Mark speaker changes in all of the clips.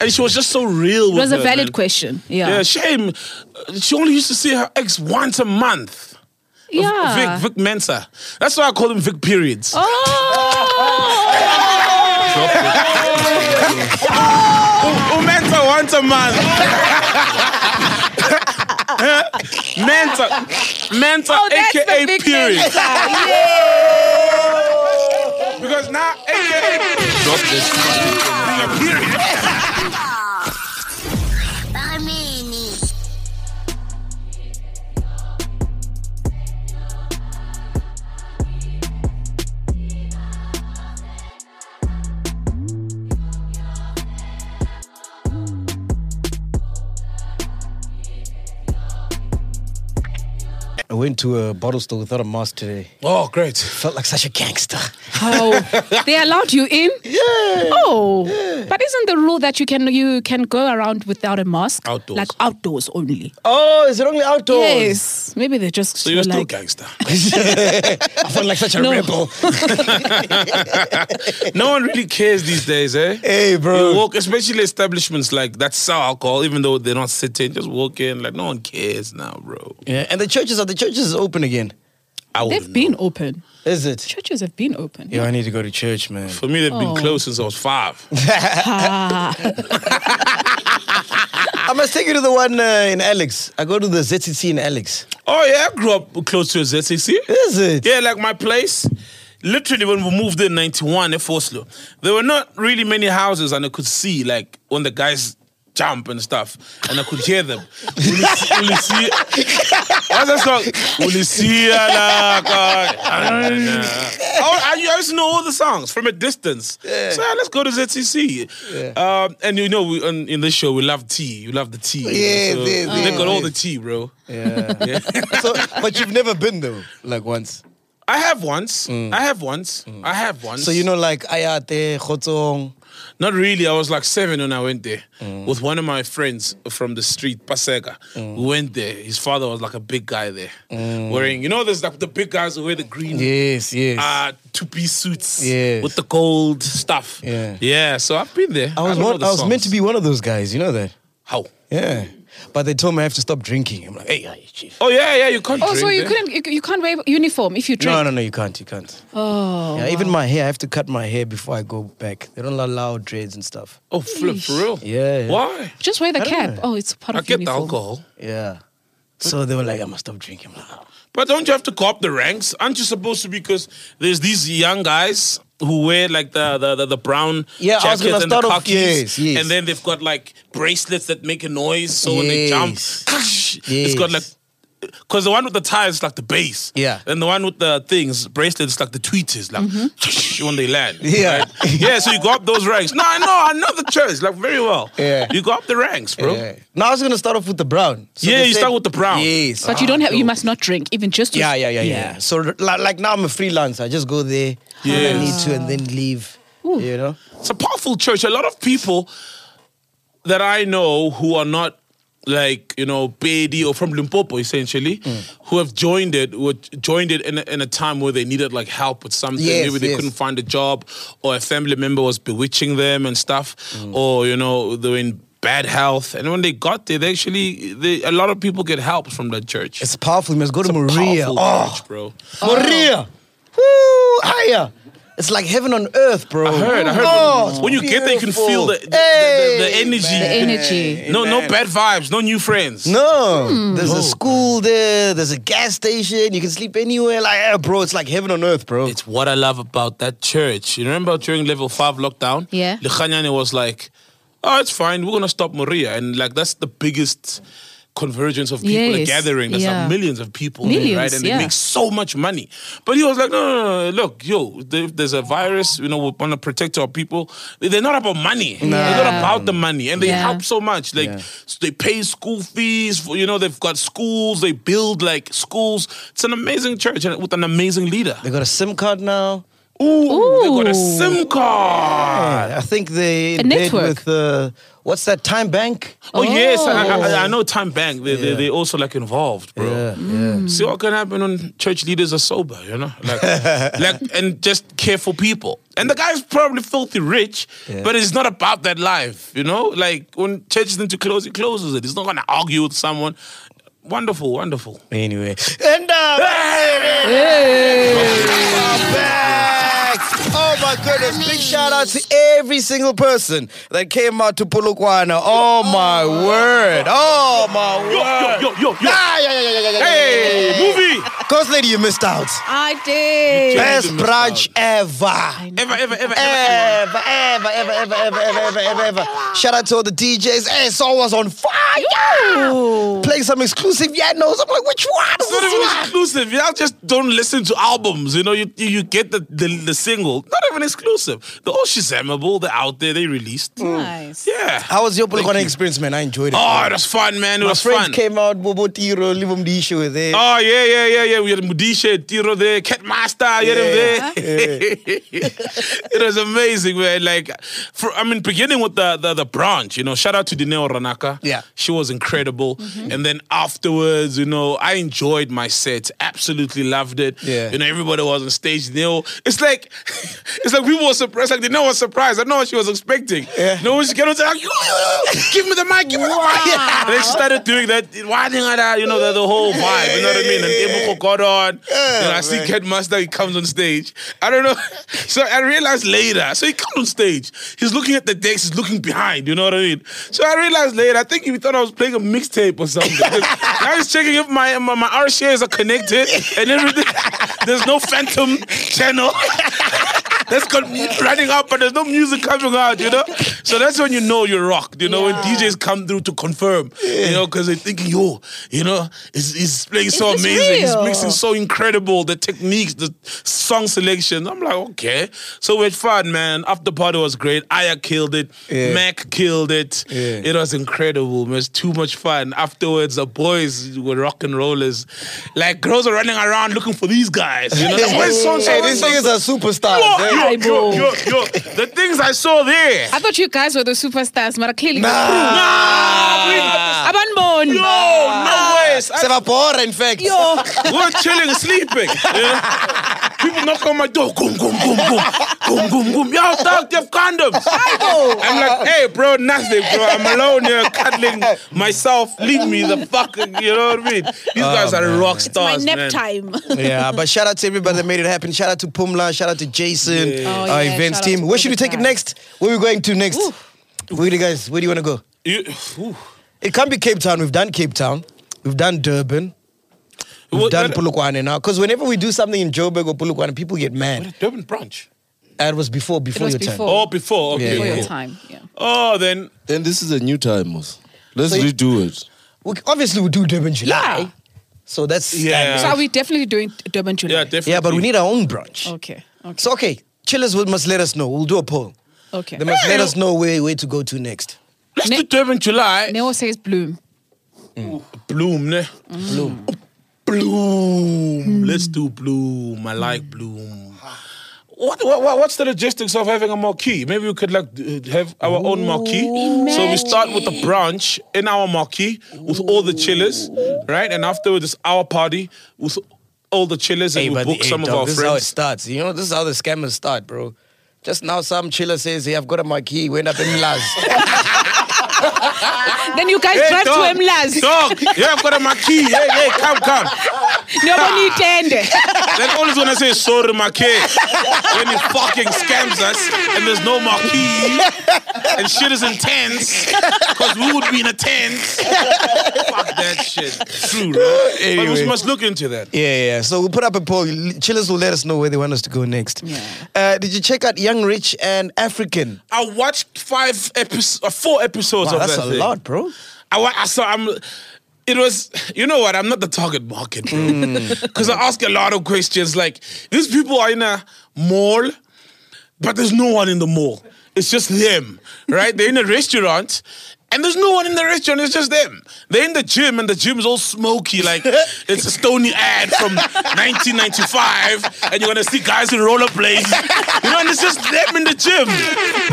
Speaker 1: and she was just so real.
Speaker 2: It was a valid question. Yeah.
Speaker 1: Yeah, shame. She only used to see her ex once a month.
Speaker 2: Yeah.
Speaker 1: Vic, Vic Mensa. That's why I call him Vic Periods.
Speaker 2: Oh.
Speaker 1: U- Umenta once a month. Menta, Menta,
Speaker 2: Oh, that's the
Speaker 1: aka
Speaker 2: Vic
Speaker 1: Periods.
Speaker 2: Mensa. Yeah.
Speaker 1: Because now, aka
Speaker 3: Drop this.
Speaker 1: Periods.
Speaker 4: Bamini.
Speaker 5: I went to a bottle store without a mask today.
Speaker 1: Oh, great.
Speaker 5: Felt like such a gangster.
Speaker 2: Oh, they allowed you in.
Speaker 5: Yeah.
Speaker 2: Oh, but isn't the rule that you can you can go around without a mask?
Speaker 1: Outdoors.
Speaker 2: like outdoors only.
Speaker 5: Oh, is it only outdoors?
Speaker 2: Yes, maybe they just
Speaker 1: So you're
Speaker 2: were
Speaker 1: still
Speaker 2: like,
Speaker 1: gangster.
Speaker 5: I felt like such a
Speaker 2: No.
Speaker 5: rebel.
Speaker 1: No one really cares these days, eh?
Speaker 5: Hey, bro.
Speaker 1: You walk, especially establishments like that sell alcohol, even though they're not sitting, just walk in. Like, no one cares now, bro.
Speaker 5: yeah, and the churches are the churches open again.
Speaker 1: I
Speaker 2: they've
Speaker 1: wouldn't know.
Speaker 2: been open.
Speaker 5: Is it?
Speaker 2: Churches have been open.
Speaker 5: Yeah, I need to go to church, man.
Speaker 1: For me, they've
Speaker 2: Oh.
Speaker 1: been closed since I was five.
Speaker 5: I must take you to the one uh, in Alex. I go to the ZCC in Alex.
Speaker 1: oh, yeah, I grew up close to a ZCC.
Speaker 5: Is it?
Speaker 1: Yeah, like my place. Literally, when we moved in 91 in Oslo, there were not really many houses, and I could see, like, when the guys jump and stuff, and I could hear them. Ulisi, what's that song? Ulisi, Oh, I, I used to know all the songs from a distance. So, yeah, let's go to ZTC. Um, and you know, we, on, in this show, we love tea. You love the tea.
Speaker 5: Yeah,
Speaker 1: so
Speaker 5: yeah,
Speaker 1: They
Speaker 5: yeah.
Speaker 1: got all the tea, bro.
Speaker 5: Yeah. so, but you've never been though, like once.
Speaker 1: I have once. I have once. I have once.
Speaker 5: Mm. So you know, like Ayate, Khotong.
Speaker 1: Not really. I was like seven when I went there
Speaker 5: Mm.
Speaker 1: with one of my friends from the street, Pasega. We went there. His father was like a big guy there, wearing you know there's like the big guys who wear the green
Speaker 5: Mm. Yes, yes.
Speaker 1: uh, two-piece suits
Speaker 5: Yes.
Speaker 1: with the gold stuff.
Speaker 5: Yeah.
Speaker 1: yeah. So I've been there.
Speaker 5: I was
Speaker 1: know
Speaker 5: one,
Speaker 1: the
Speaker 5: I was
Speaker 1: songs.
Speaker 5: meant to be one of those guys. You know that?
Speaker 1: how?
Speaker 5: Yeah. But they told me I have to stop drinking. I'm like, hey, hey, chief.
Speaker 1: Oh yeah, yeah. You can't.
Speaker 2: Oh, so
Speaker 1: drink
Speaker 2: you
Speaker 1: there.
Speaker 2: couldn't you, you can't wear uniform if you drink.
Speaker 5: No, no, no, you can't. You can't.
Speaker 2: Oh,
Speaker 5: yeah, even my hair, I have to cut my hair before I go back. They don't allow dreads and stuff.
Speaker 1: Oh flip, for real.
Speaker 5: Yeah.
Speaker 1: Why?
Speaker 2: just wear the
Speaker 5: I don't
Speaker 2: cap.
Speaker 5: know.
Speaker 2: Oh, it's part
Speaker 1: I
Speaker 2: of
Speaker 1: get the
Speaker 2: uniform.
Speaker 1: alcohol.
Speaker 5: Yeah. So they were like, I must stop drinking. I'm like, "Oh."
Speaker 1: But don't you have to go up the ranks? Aren't you supposed to? Because there's these young guys who wear like the the, the, the brown
Speaker 5: Yeah, I
Speaker 1: jackets
Speaker 5: was gonna
Speaker 1: and the
Speaker 5: start off-
Speaker 1: khakis,
Speaker 5: yes, yes.
Speaker 1: and then they've got like bracelets that make a noise. So when they jump,
Speaker 5: Yes.
Speaker 1: it's got like.
Speaker 5: Yes.
Speaker 1: Cause the one with the tie is like the bass,
Speaker 5: Yeah. Mm-hmm.
Speaker 1: and the one with the things bracelets is like the tweeters, like when they land,
Speaker 5: Yeah.
Speaker 1: yeah. So you go up those ranks. No, I know, I know the church like very well.
Speaker 5: Yeah.
Speaker 1: you go up the ranks, bro.
Speaker 5: Yeah. Now I was gonna start off with the brown. So
Speaker 1: Yeah,
Speaker 5: they
Speaker 1: you
Speaker 5: said-
Speaker 1: start with the brown.
Speaker 5: Yes. Uh-huh.
Speaker 2: But you don't have. You must not drink, even just. to-
Speaker 5: Yeah, yeah, yeah, yeah. yeah. So li- like now I'm a freelancer. I just go there when I need to and then leave.
Speaker 2: Ooh.
Speaker 5: You know?
Speaker 1: it's a powerful church. A lot of people that I know who are not like you know Bedi or from Limpopo essentially,
Speaker 5: Hmm.
Speaker 1: who have joined it, who joined it in a, in a time where they needed like help with something.
Speaker 5: Yes,
Speaker 1: Maybe they
Speaker 5: yes.
Speaker 1: couldn't find a job, or a family member was bewitching them and stuff,
Speaker 5: Hmm.
Speaker 1: or you know they were in bad health. And when they got there, they actually they, a lot of people get help from that church.
Speaker 5: It's powerful. You must go to Maria.
Speaker 1: Powerful
Speaker 5: Oh,
Speaker 1: church, bro.
Speaker 5: Maria. Woo, higher. It's like heaven on earth, bro.
Speaker 1: Oh. I heard, I heard.
Speaker 5: Oh,
Speaker 1: when you get there, you can feel the, the, the-
Speaker 5: beautiful.
Speaker 1: the- the
Speaker 5: Hey,
Speaker 1: energy.
Speaker 5: man.
Speaker 2: The energy.
Speaker 1: No, no bad vibes, no new friends.
Speaker 5: No, there's a school there. There's a gas station. You can sleep anywhere. Like, eh, bro, it's like heaven on earth, bro.
Speaker 1: It's what I love about that church. You remember during level five lockdown?
Speaker 2: Yeah.
Speaker 1: Likhanyane was like, oh, it's fine. We're going to stop Maria. And like, that's the biggest convergence of people a
Speaker 2: Yes,
Speaker 1: gathering. There's
Speaker 2: yeah.
Speaker 1: like millions of people, there,
Speaker 2: Millions,
Speaker 1: right? And
Speaker 2: yeah.
Speaker 1: they make so much money. But he was like, no, no, no, no. look, yo, if there's a virus, you know, we want to protect our people. They're not about money. They're not
Speaker 2: Yeah.
Speaker 1: about the money. And they
Speaker 2: Yeah.
Speaker 1: help so much. Like,
Speaker 5: Yeah.
Speaker 1: so they pay school fees. For, you know, they've got schools. They build like schools. It's an amazing church and with an amazing leader.
Speaker 5: they got a SIM card now.
Speaker 1: Ooh, they got a
Speaker 2: Ooh.
Speaker 1: SIM card.
Speaker 5: I think they
Speaker 2: A
Speaker 5: in bed
Speaker 2: network.
Speaker 5: with uh, what's that time bank?
Speaker 1: Oh, yes, I,
Speaker 2: Oh.
Speaker 1: I, I know Time Bank. They they they also like involved, bro. See what can happen when church leaders are sober, you know, like, like and just careful people. And the guy's probably filthy rich,
Speaker 5: Yeah.
Speaker 1: but it's not about that life, you know. Like when churches need to close, it closes it. It's not gonna argue with someone. Wonderful, wonderful.
Speaker 5: Anyway, and uh, We're back. Oh my goodness! Big shout out to every single person that came out to Pulukwana. Oh my word! Oh my
Speaker 1: Yo, yo,
Speaker 5: word!
Speaker 1: yo, yo, yo.
Speaker 5: Ah, yeah, yeah, yeah, yeah, yeah, yeah, yeah,
Speaker 1: Hey,
Speaker 5: yeah.
Speaker 1: movie.
Speaker 5: Cause lady, you missed out.
Speaker 2: I did.
Speaker 1: Yeah.
Speaker 5: Best
Speaker 1: missed
Speaker 5: brunch ever.
Speaker 1: Ever, ever, ever, ever.
Speaker 5: Ever, ever, ever, ever, ever, ever, ever, ever, ever. Shout out to all the DJs. Hey, song was on fire. Playing some exclusive Yanos. I'm like, which one?
Speaker 1: It's not
Speaker 5: Which
Speaker 1: even
Speaker 5: one?
Speaker 1: exclusive. Y'all just don't listen to albums. You know, you you, you get the, the the single. Not even exclusive. They're all Shazamable. They're out there. They released.
Speaker 2: Nice.
Speaker 1: Yeah.
Speaker 5: How was your Polokwane
Speaker 1: you.
Speaker 5: experience, man? I enjoyed it.
Speaker 1: Oh,
Speaker 5: man.
Speaker 1: it was fun, man. It
Speaker 5: My
Speaker 1: was
Speaker 5: friends
Speaker 1: fun.
Speaker 5: came out, Bobo Tiro, Livom Disho were there.
Speaker 1: Oh yeah, yeah, yeah, yeah. We had Mudisha, Tiro there, Cat Master, you know
Speaker 5: Yeah.
Speaker 1: there. it was amazing, man. Like, for, I mean, beginning with the, the the branch, you know. Shout out to Dineo Ranaka.
Speaker 5: Yeah. Mm-hmm.
Speaker 1: she was incredible. And then afterwards, you know, I enjoyed my set. Absolutely loved it.
Speaker 5: Yeah.
Speaker 1: you know, everybody was on stage. Dineo, it's like, it's like people were surprised. Like Dineo was surprised. I don't know what she was expecting.
Speaker 5: Yeah.
Speaker 1: No, she came out like, "Yo, yo, yo, give me the mic, give me the mic. And then she started doing that. Why didn't I? You know, the, the whole vibe. You know what I mean? And Ibuko got Oh, on.
Speaker 5: Yeah,
Speaker 1: you know, I see
Speaker 5: man.
Speaker 1: Cat Master, he comes on stage. I don't know. So I realized later. So he comes on stage. He's looking at the decks, he's looking behind, you know what I mean? So I realized later, I think he thought I was playing a mixtape or something. 'Cause now he's checking if my, my, my RCAs are connected and everything. There's no phantom channel. That's got me running up, but there's no music coming out, you know? So that's when you know you're rocked, you know, when
Speaker 2: Yeah.
Speaker 1: DJs come through to confirm, you know, because they're thinking, yo, you know, he's, he's playing so
Speaker 2: this
Speaker 1: amazing, he's
Speaker 2: real?
Speaker 1: mixing so incredible, the techniques, the song selection. I'm like, okay. So we had fun, man. After party was great. Aya killed it,
Speaker 5: Yeah.
Speaker 1: Mac killed it.
Speaker 5: Yeah.
Speaker 1: It was incredible, man. It was too much fun. Afterwards, the boys were rock and rollers. Like, girls are running around looking for these guys, you know? Where's so
Speaker 5: Hey, these niggas are superstars. eh?
Speaker 1: Yo, yo, yo,
Speaker 2: Eyeball.
Speaker 1: yo, yo. The things I saw there.
Speaker 2: I thought you guys were the superstars, but clearly.
Speaker 5: Nah.
Speaker 1: Nah,
Speaker 2: Abanbon.
Speaker 1: we- no, no way.
Speaker 5: Se va por, in fact.
Speaker 2: Yo.
Speaker 1: We We're chilling, sleeping. you know? People knock on my door, boom, boom, boom, boom, boom, boom, boom. Yo, dog, you have condoms. I'm like, hey, bro, nothing, bro. I'm alone here cuddling myself. Leave me the fuck, you know what I mean? These
Speaker 5: Oh,
Speaker 1: guys are rock
Speaker 2: My
Speaker 1: stars,
Speaker 2: nap
Speaker 1: man.
Speaker 2: time.
Speaker 5: yeah, but shout out to everybody that made it happen. Shout out to Pumla, shout out to Jason,
Speaker 1: Yeah.
Speaker 2: Oh,
Speaker 5: our
Speaker 2: yeah,
Speaker 5: events
Speaker 2: shout out
Speaker 5: team.
Speaker 2: to
Speaker 5: Where should we
Speaker 2: all the
Speaker 5: take it
Speaker 2: guys.
Speaker 5: next? Where are we going to next?
Speaker 2: Ooh.
Speaker 5: Where do you guys, where do you want to go?
Speaker 1: You- ooh.
Speaker 5: It can't be Cape Town. We've done Cape Town. We've done Durban. We've
Speaker 1: What-
Speaker 5: done
Speaker 1: what-
Speaker 5: Pulukwane now. Because whenever we do something in Joburg or Pulukwane, people get mad.
Speaker 1: Durban branch.
Speaker 5: That was before, before
Speaker 2: was
Speaker 5: your time.
Speaker 2: before.
Speaker 1: Oh, before. Okay,
Speaker 5: Yeah,
Speaker 2: For
Speaker 5: yeah.
Speaker 2: your
Speaker 1: cool.
Speaker 2: time. Yeah.
Speaker 1: Oh, then
Speaker 3: Then this is a new time, Mos. Let's
Speaker 5: So you-
Speaker 3: redo it.
Speaker 5: We, obviously, we do Durban July.
Speaker 2: Yeah.
Speaker 5: So that's
Speaker 1: Yeah.
Speaker 2: So are we definitely doing Durban July?
Speaker 1: yeah, definitely.
Speaker 5: Yeah, but we need our own brunch.
Speaker 2: Okay. Okay.
Speaker 5: So okay, chillers will must let us know. We'll do a poll.
Speaker 2: okay.
Speaker 5: They must
Speaker 1: Yeah,
Speaker 5: let
Speaker 1: you
Speaker 5: us know where where to go to next.
Speaker 1: Let's
Speaker 2: Ne-
Speaker 1: do Durban July.
Speaker 2: Neo says bloom.
Speaker 1: Bloom, ne? Bloom. Bloom. Oh, Let's do Bloom. I like Bloom. What, what, what- what's the logistics of having a marquee? Maybe we could like d- uh, have our own marquee. So we start with the branch in our marquee with all the chillers, right? And afterwards it's our party with all the chillers and we book some of our
Speaker 5: this is how it
Speaker 1: friends.
Speaker 5: starts. You know, this is how the scammers start, bro. Just now, some chiller says, "Hey, I've got a marquee." Went up in Laz.
Speaker 2: Then you guys drive to
Speaker 1: dog,
Speaker 2: Mlas.
Speaker 1: dog, yeah, I've got a marquee. Hey, hey, come, come.
Speaker 2: Nobody attended.
Speaker 1: Then all he's gonna say is sorry, my kid. When he fucking scams us and there's no marquee and shit is intense because we would be in a tent. Fuck that shit. True, bro. But
Speaker 5: Anyway.
Speaker 1: we must look into that.
Speaker 5: yeah, yeah. So we'll put up a poll. Chillers will let us know where they want us to go next.
Speaker 2: Yeah.
Speaker 5: Uh, did you check out Young Rich and African?
Speaker 1: I watched five episodes, uh, four episodes
Speaker 5: Wow,
Speaker 1: of
Speaker 5: that's
Speaker 1: that
Speaker 5: a
Speaker 1: thing.
Speaker 5: lot, bro.
Speaker 1: I, wa- I saw. I'm. It was. You know what? I'm not the target market,
Speaker 5: Mm.
Speaker 1: Because I ask a lot of questions. Like these people are in a mall, but there's no one in the mall. It's just them, right? They're in a restaurant. And there's no one in the restaurant, it's just them. They're in the gym, and the gym's all smoky, like it's a stony ad from 1995, and you're gonna see guys in rollerblades. You know, and it's just them in the gym.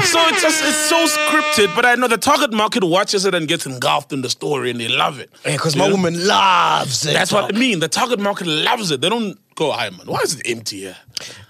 Speaker 1: So it's just it's so scripted, but I know the target market watches it and gets engulfed in the story and they love it.
Speaker 5: Because
Speaker 1: You
Speaker 5: my
Speaker 1: know?
Speaker 5: woman loves it.
Speaker 1: That's what I mean. The target market loves it. They don't go, hi man, why is it empty here?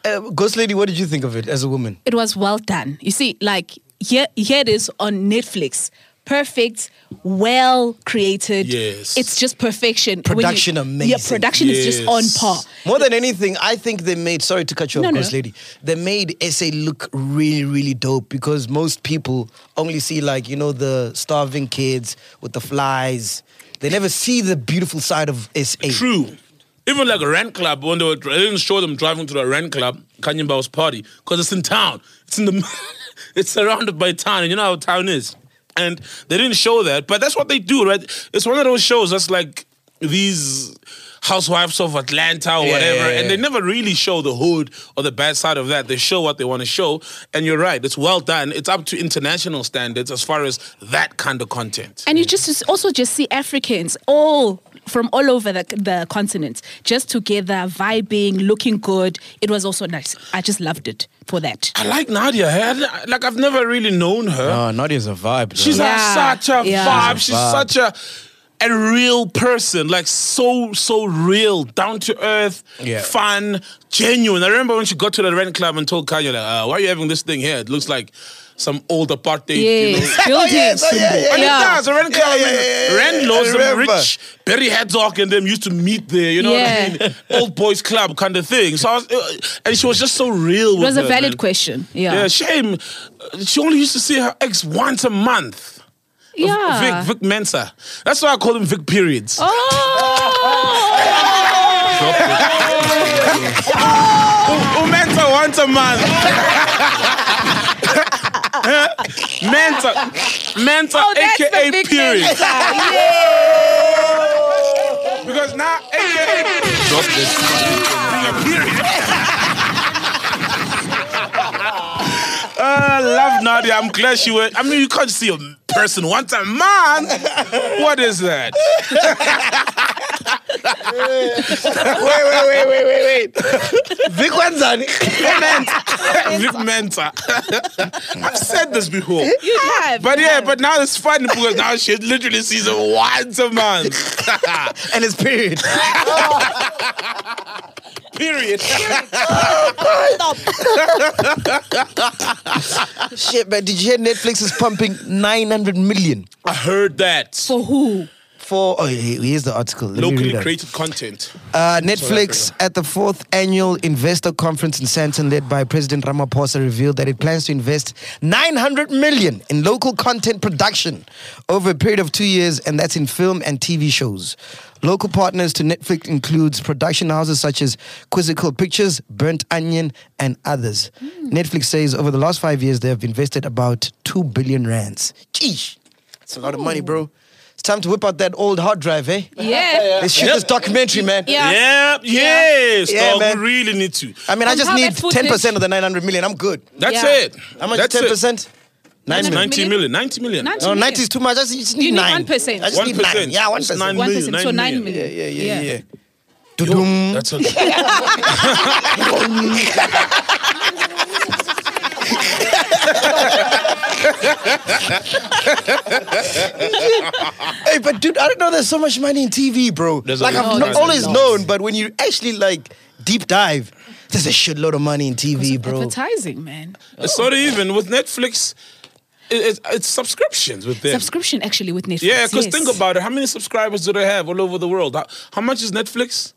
Speaker 5: Uh, Ghost Lady, what did you think of it as a woman?
Speaker 2: it was well done. You see, like here, here it is on Netflix. Perfect, well created.
Speaker 1: Yes.
Speaker 2: it's just perfection. When you-
Speaker 5: Production amazing.
Speaker 2: Yeah, production is just on
Speaker 1: Yes.
Speaker 2: par.
Speaker 5: More than anything, I think they made. Sorry to cut you off,
Speaker 2: No, no.
Speaker 5: Ghost Lady. They made SA look really, really dope because most people only see like you know the starving kids with the flies. They never see the beautiful side of SA.
Speaker 1: True. Even like a rent club, when they were, they didn't show them driving to the rent club, Kanye Bao's party, because it's in town. It's in the, it's surrounded by town, and you know how town is. And they didn't show that, but that's what they do, right? It's one of those shows that's like these housewives of Atlanta or
Speaker 5: Yeah,
Speaker 1: whatever,
Speaker 5: yeah, yeah.
Speaker 1: and they never really show the hood or the bad side of that. They show what they want to show, and you're right, it's well done. It's up to international standards as far as that kind of content.
Speaker 2: And you just just also just see Africans all from all over the, the continent just together, vibing, looking good. It was also nice. I just loved it for that.
Speaker 1: I like Nadia. eh? I didn't- Like I've never really known her.
Speaker 5: Oh, not as a vibe.
Speaker 1: She's
Speaker 2: Yeah.
Speaker 1: like such a
Speaker 2: Yeah.
Speaker 1: vibe.
Speaker 5: She's
Speaker 1: She's
Speaker 5: a vibe.
Speaker 1: such a a real person, like so so real, down to earth,
Speaker 5: Yeah.
Speaker 1: fun, genuine. I remember when she got to the rent club and told Kanye, like, uh, "Why are you having this thing here? It looks like some old apartheid." You know?
Speaker 2: Yes, buildings.
Speaker 5: oh, yeah, yeah,
Speaker 1: And it does. The rent club,
Speaker 5: yeah, yeah, yeah.
Speaker 1: rent
Speaker 5: I
Speaker 1: laws, the
Speaker 5: remember.
Speaker 1: rich Barry Herzog and them used to meet there. You know what I
Speaker 2: Yeah.
Speaker 1: mean? Old boys club kind of thing. So, I was, uh, and she was just so real.
Speaker 2: It
Speaker 1: with
Speaker 2: was a
Speaker 1: her,
Speaker 2: valid
Speaker 1: man.
Speaker 2: question.
Speaker 1: Yeah,
Speaker 2: Yeah.
Speaker 1: shame. Uh, She only used to see her ex once a month.
Speaker 2: Yeah.
Speaker 1: Vic, Vic Mensa. That's why I call him Vic Periods.
Speaker 2: Oh!
Speaker 1: Oh, Mensa once a month. Mensa, Mensa,
Speaker 2: Oh, that's the
Speaker 1: aka
Speaker 2: Vic
Speaker 1: Periods.
Speaker 2: Mensa.
Speaker 1: Because now, aka
Speaker 3: Drop this.
Speaker 1: I Uh, love Nadia. I'm glad she went. I mean, you can't see a person once a month. What is that?
Speaker 5: wait, wait, wait, wait, wait, wait. Vic Wanzani.
Speaker 1: Vic Mensa. I've said this before.
Speaker 2: You have.
Speaker 1: But yeah, but now it's funny because now she literally sees it once a month.
Speaker 5: and his period.
Speaker 1: Period.
Speaker 5: Shit, man. Did you hear Netflix is pumping 900 million
Speaker 1: I heard that.
Speaker 2: for who?
Speaker 5: for. Oh, here- here's the article. Let me read
Speaker 1: Locally
Speaker 5: it.
Speaker 1: created content.
Speaker 5: Uh, Netflix at the fourth annual investor conference in Santon, led by President Ramaphosa, revealed that it plans to invest 900 million in local content production over a period of two years, and that's in film and TV shows. Local partners to Netflix includes production houses such as Quizzical Pictures, Burnt Onion, and others.
Speaker 2: Hmm.
Speaker 5: Netflix says over the last five years they have invested about two billion rands. Jeez, it's a lot of money, bro. It's time to whip out that old hard drive, eh?
Speaker 2: Yeah.
Speaker 5: Let's shoot this documentary, man.
Speaker 2: Yeah.
Speaker 1: Yep, yes.
Speaker 5: Yeah,
Speaker 1: dog,
Speaker 5: man. Uh,
Speaker 1: we really need to.
Speaker 5: I mean, I just
Speaker 2: Somehow
Speaker 5: need
Speaker 2: that footage-
Speaker 5: 10% of the 900 million. I'm good.
Speaker 1: That's
Speaker 2: Yeah.
Speaker 1: it.
Speaker 5: How much
Speaker 1: That's
Speaker 5: is
Speaker 1: it.
Speaker 5: 10%? 9
Speaker 1: That's
Speaker 5: million.
Speaker 1: 90 million. 90 million.
Speaker 2: 90
Speaker 5: No,
Speaker 2: million.
Speaker 5: 90 is too much. I just, just need,
Speaker 2: You need
Speaker 5: 9.
Speaker 2: 1%.
Speaker 5: I just need 9.
Speaker 1: 1%.
Speaker 5: Yeah, 1%.
Speaker 1: It's nine
Speaker 2: One
Speaker 1: million,
Speaker 2: percent, so
Speaker 1: nine
Speaker 2: nine
Speaker 1: million.
Speaker 2: million.
Speaker 5: Yeah, yeah, yeah. yeah.
Speaker 1: Yo, Mm. that's a,
Speaker 5: Hey, but dude, I don't know there's so much money in TV, bro.
Speaker 1: There's a
Speaker 5: like,
Speaker 1: lot.
Speaker 5: I've
Speaker 1: No,
Speaker 5: not
Speaker 1: there's
Speaker 5: always
Speaker 1: a lot.
Speaker 5: known, but when you actually, like, deep dive, there's a shitload of money in TV, bro.
Speaker 2: Advertising, man.
Speaker 1: it's not even with Netflix. It, it's- it's subscriptions with them.
Speaker 2: Subscription actually with Netflix.
Speaker 1: yeah, because
Speaker 2: yes.
Speaker 1: think about it. How many subscribers do they have all over the world? How, how much is Netflix?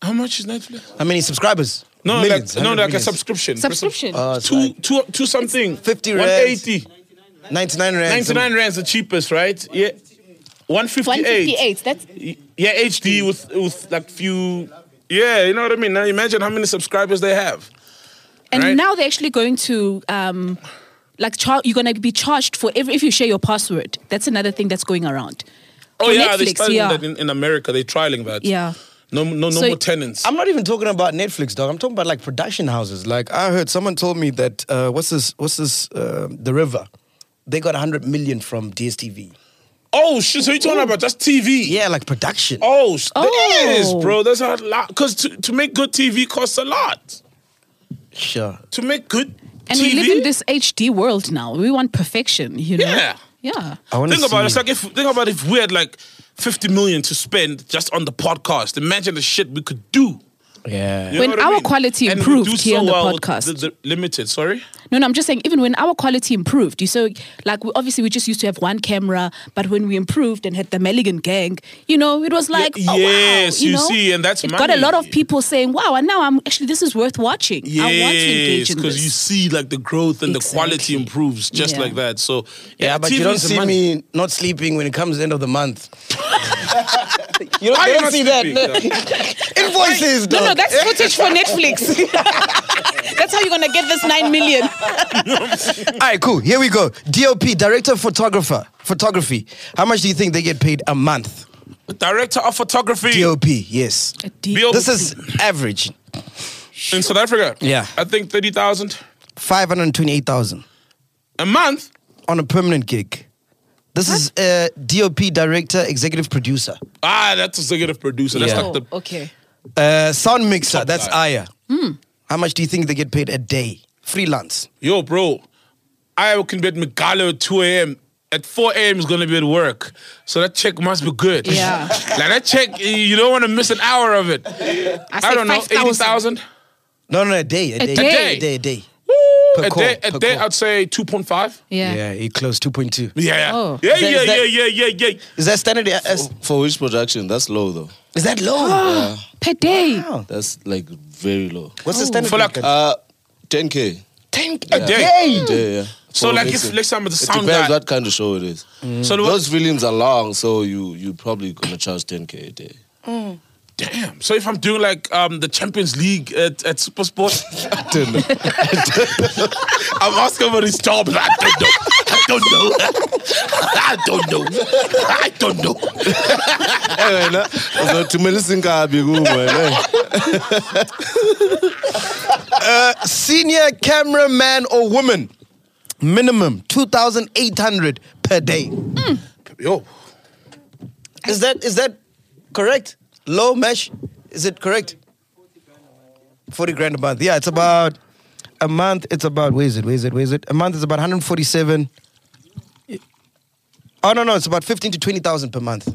Speaker 1: How much is Netflix?
Speaker 5: How many subscribers?
Speaker 1: No,
Speaker 5: Millions,
Speaker 1: like, no,
Speaker 5: 100
Speaker 1: like a
Speaker 5: millions.
Speaker 1: subscription.
Speaker 2: subscription.
Speaker 5: Uh, it's
Speaker 1: Two,
Speaker 5: like
Speaker 1: two, two something.
Speaker 5: 50 rand.
Speaker 1: 180.
Speaker 5: 99 rand.
Speaker 1: 99 rand is the cheapest, right? Yeah. 158.
Speaker 2: 158. That's
Speaker 1: Yeah, HD with with like few. Yeah, you know what I mean. Now imagine how many subscribers they have.
Speaker 2: and
Speaker 1: Right.
Speaker 2: now they're actually going to um like char- you're gonna be charged for every if you share your password. That's another thing that's going around.
Speaker 1: Oh
Speaker 2: For
Speaker 1: yeah, they
Speaker 2: Netflix,
Speaker 1: started
Speaker 2: yeah.
Speaker 1: that in, in America. They're trialing that.
Speaker 2: Yeah.
Speaker 1: No, no, no
Speaker 2: So-
Speaker 1: more tenants.
Speaker 5: I'm not even talking about Netflix, dog. I'm talking about like production houses. Like I heard someone told me that uh, what's this? What's this? Uh, um, the River. they got 100 million from DSTV.
Speaker 1: Oh shit! So you're talking about just TV?
Speaker 5: Yeah, like production.
Speaker 1: Oh, sh-
Speaker 2: Oh.
Speaker 1: that is, bro. That's a lot. Because to, to make good TV costs a lot.
Speaker 5: Sure.
Speaker 1: To make good
Speaker 2: And
Speaker 1: TV,
Speaker 2: we live in this HD world now. We want perfection, you know?
Speaker 1: Yeah.
Speaker 2: Yeah.
Speaker 5: I want to
Speaker 1: Think
Speaker 5: see.
Speaker 1: about it. It's like if think about if we had like 50 million to spend just on the podcast. Imagine the shit we could do.
Speaker 5: yeah.
Speaker 1: You
Speaker 2: When
Speaker 1: know what I
Speaker 2: our
Speaker 1: mean?
Speaker 2: quality
Speaker 1: And we
Speaker 2: improved
Speaker 1: do
Speaker 2: here on the
Speaker 1: with
Speaker 2: podcast.
Speaker 1: The, the limited, sorry.
Speaker 2: No, no, I'm just saying, even when our quality improved, you so like we, obviously we just used to have one camera, but when we improved and had the Mulligan gang, you know, it was like, oh, wow,
Speaker 1: yes, you
Speaker 2: know?
Speaker 1: see, and that's
Speaker 2: it got a lot of
Speaker 1: money.
Speaker 2: people saying, wow, and now I'm actually this is worth watching. I want to engage
Speaker 1: Yes,
Speaker 2: in
Speaker 1: because
Speaker 2: this.
Speaker 1: you see like the growth and the quality
Speaker 2: Exactly.
Speaker 1: improves just
Speaker 2: Yeah.
Speaker 1: like that. So
Speaker 5: Yeah, but you
Speaker 1: TV
Speaker 5: don't
Speaker 1: is the
Speaker 5: see
Speaker 1: money.
Speaker 5: me not sleeping when it comes end of the month. you don't,
Speaker 1: Why you
Speaker 5: they don't
Speaker 1: not
Speaker 5: see
Speaker 1: sleeping,
Speaker 5: that. Invoices,
Speaker 2: no, no,
Speaker 5: dog.
Speaker 2: that's footage for Netflix. that's how you're gonna get this nine million.
Speaker 5: All right, cool. Here we go. DOP, director of photographer, photography. How much do you think they get paid a month?
Speaker 1: Director of photography
Speaker 5: DOP, yes.
Speaker 1: Bill-
Speaker 5: This is average.
Speaker 1: in South Africa.
Speaker 5: Yeah.
Speaker 1: I think 30,000
Speaker 5: 528,000
Speaker 1: a month.
Speaker 5: on a permanent gig. This is uh, DOP, director, executive producer.
Speaker 1: Ah, that's a executive producer. That's
Speaker 5: Yeah.
Speaker 2: Oh,
Speaker 1: like the
Speaker 2: okay.
Speaker 5: Uh, sound mixer,
Speaker 1: Top
Speaker 5: that's
Speaker 1: guy.
Speaker 5: Aya.
Speaker 2: Hmm.
Speaker 5: How much do you think they get paid a day? Freelance.
Speaker 1: yo, bro. I can be at Megalo at 2 a.m. At 4 a.m. is gonna be at work. So that check must be good.
Speaker 2: Yeah.
Speaker 1: like that check, you don't wanna miss an hour of it.
Speaker 2: I, say
Speaker 1: I don't know,
Speaker 2: 5,000.
Speaker 1: 80,000?
Speaker 5: No, no, a day. A, day,
Speaker 2: day.
Speaker 5: A day, a day.
Speaker 1: A
Speaker 5: call,
Speaker 1: day, a
Speaker 5: per
Speaker 1: day
Speaker 5: call.
Speaker 1: I'd say 2.5.
Speaker 2: Yeah.
Speaker 5: he closed 2.2.
Speaker 1: Yeah, yeah.
Speaker 2: Oh.
Speaker 1: Yeah,
Speaker 5: Is that-
Speaker 1: yeah,
Speaker 5: is that-
Speaker 1: yeah, yeah, yeah, yeah.
Speaker 5: Is that standard? Uh, Is,
Speaker 3: For which production? That's low though.
Speaker 5: is that low?
Speaker 2: Per day.
Speaker 5: Wow.
Speaker 3: That's like very low.
Speaker 5: What's the standard?
Speaker 1: For like,
Speaker 5: income?
Speaker 3: Uh, 10k.
Speaker 1: 10 a
Speaker 3: Yeah.
Speaker 1: day.
Speaker 3: A day, yeah.
Speaker 1: Hmm. So
Speaker 3: For
Speaker 1: like if
Speaker 3: mixing.
Speaker 1: next time it's a
Speaker 3: it
Speaker 1: sound Hmm.
Speaker 3: depends
Speaker 1: guy.
Speaker 3: what kind of show it is.
Speaker 1: So the-
Speaker 3: Those films are long, so you you probably gonna charge 10k a day.
Speaker 1: Damn. So if I'm doing like um, the Champions League at, at Supersport, I don't know. I'm asking for his job. I don't know. I don't know. I don't know. I don't know.
Speaker 3: wena uzothumela inkabi kuwe wena
Speaker 5: Senior cameraman or woman, minimum 2,800 per day.
Speaker 1: Yo,
Speaker 5: Is that is that correct? Low mesh? Is it correct? 40 grand a month. Yeah, it's about a month. It's about, where is it? Where is it? Where is it? A month is about 147. Oh, no, no. It's about 15 to 20,000 per month.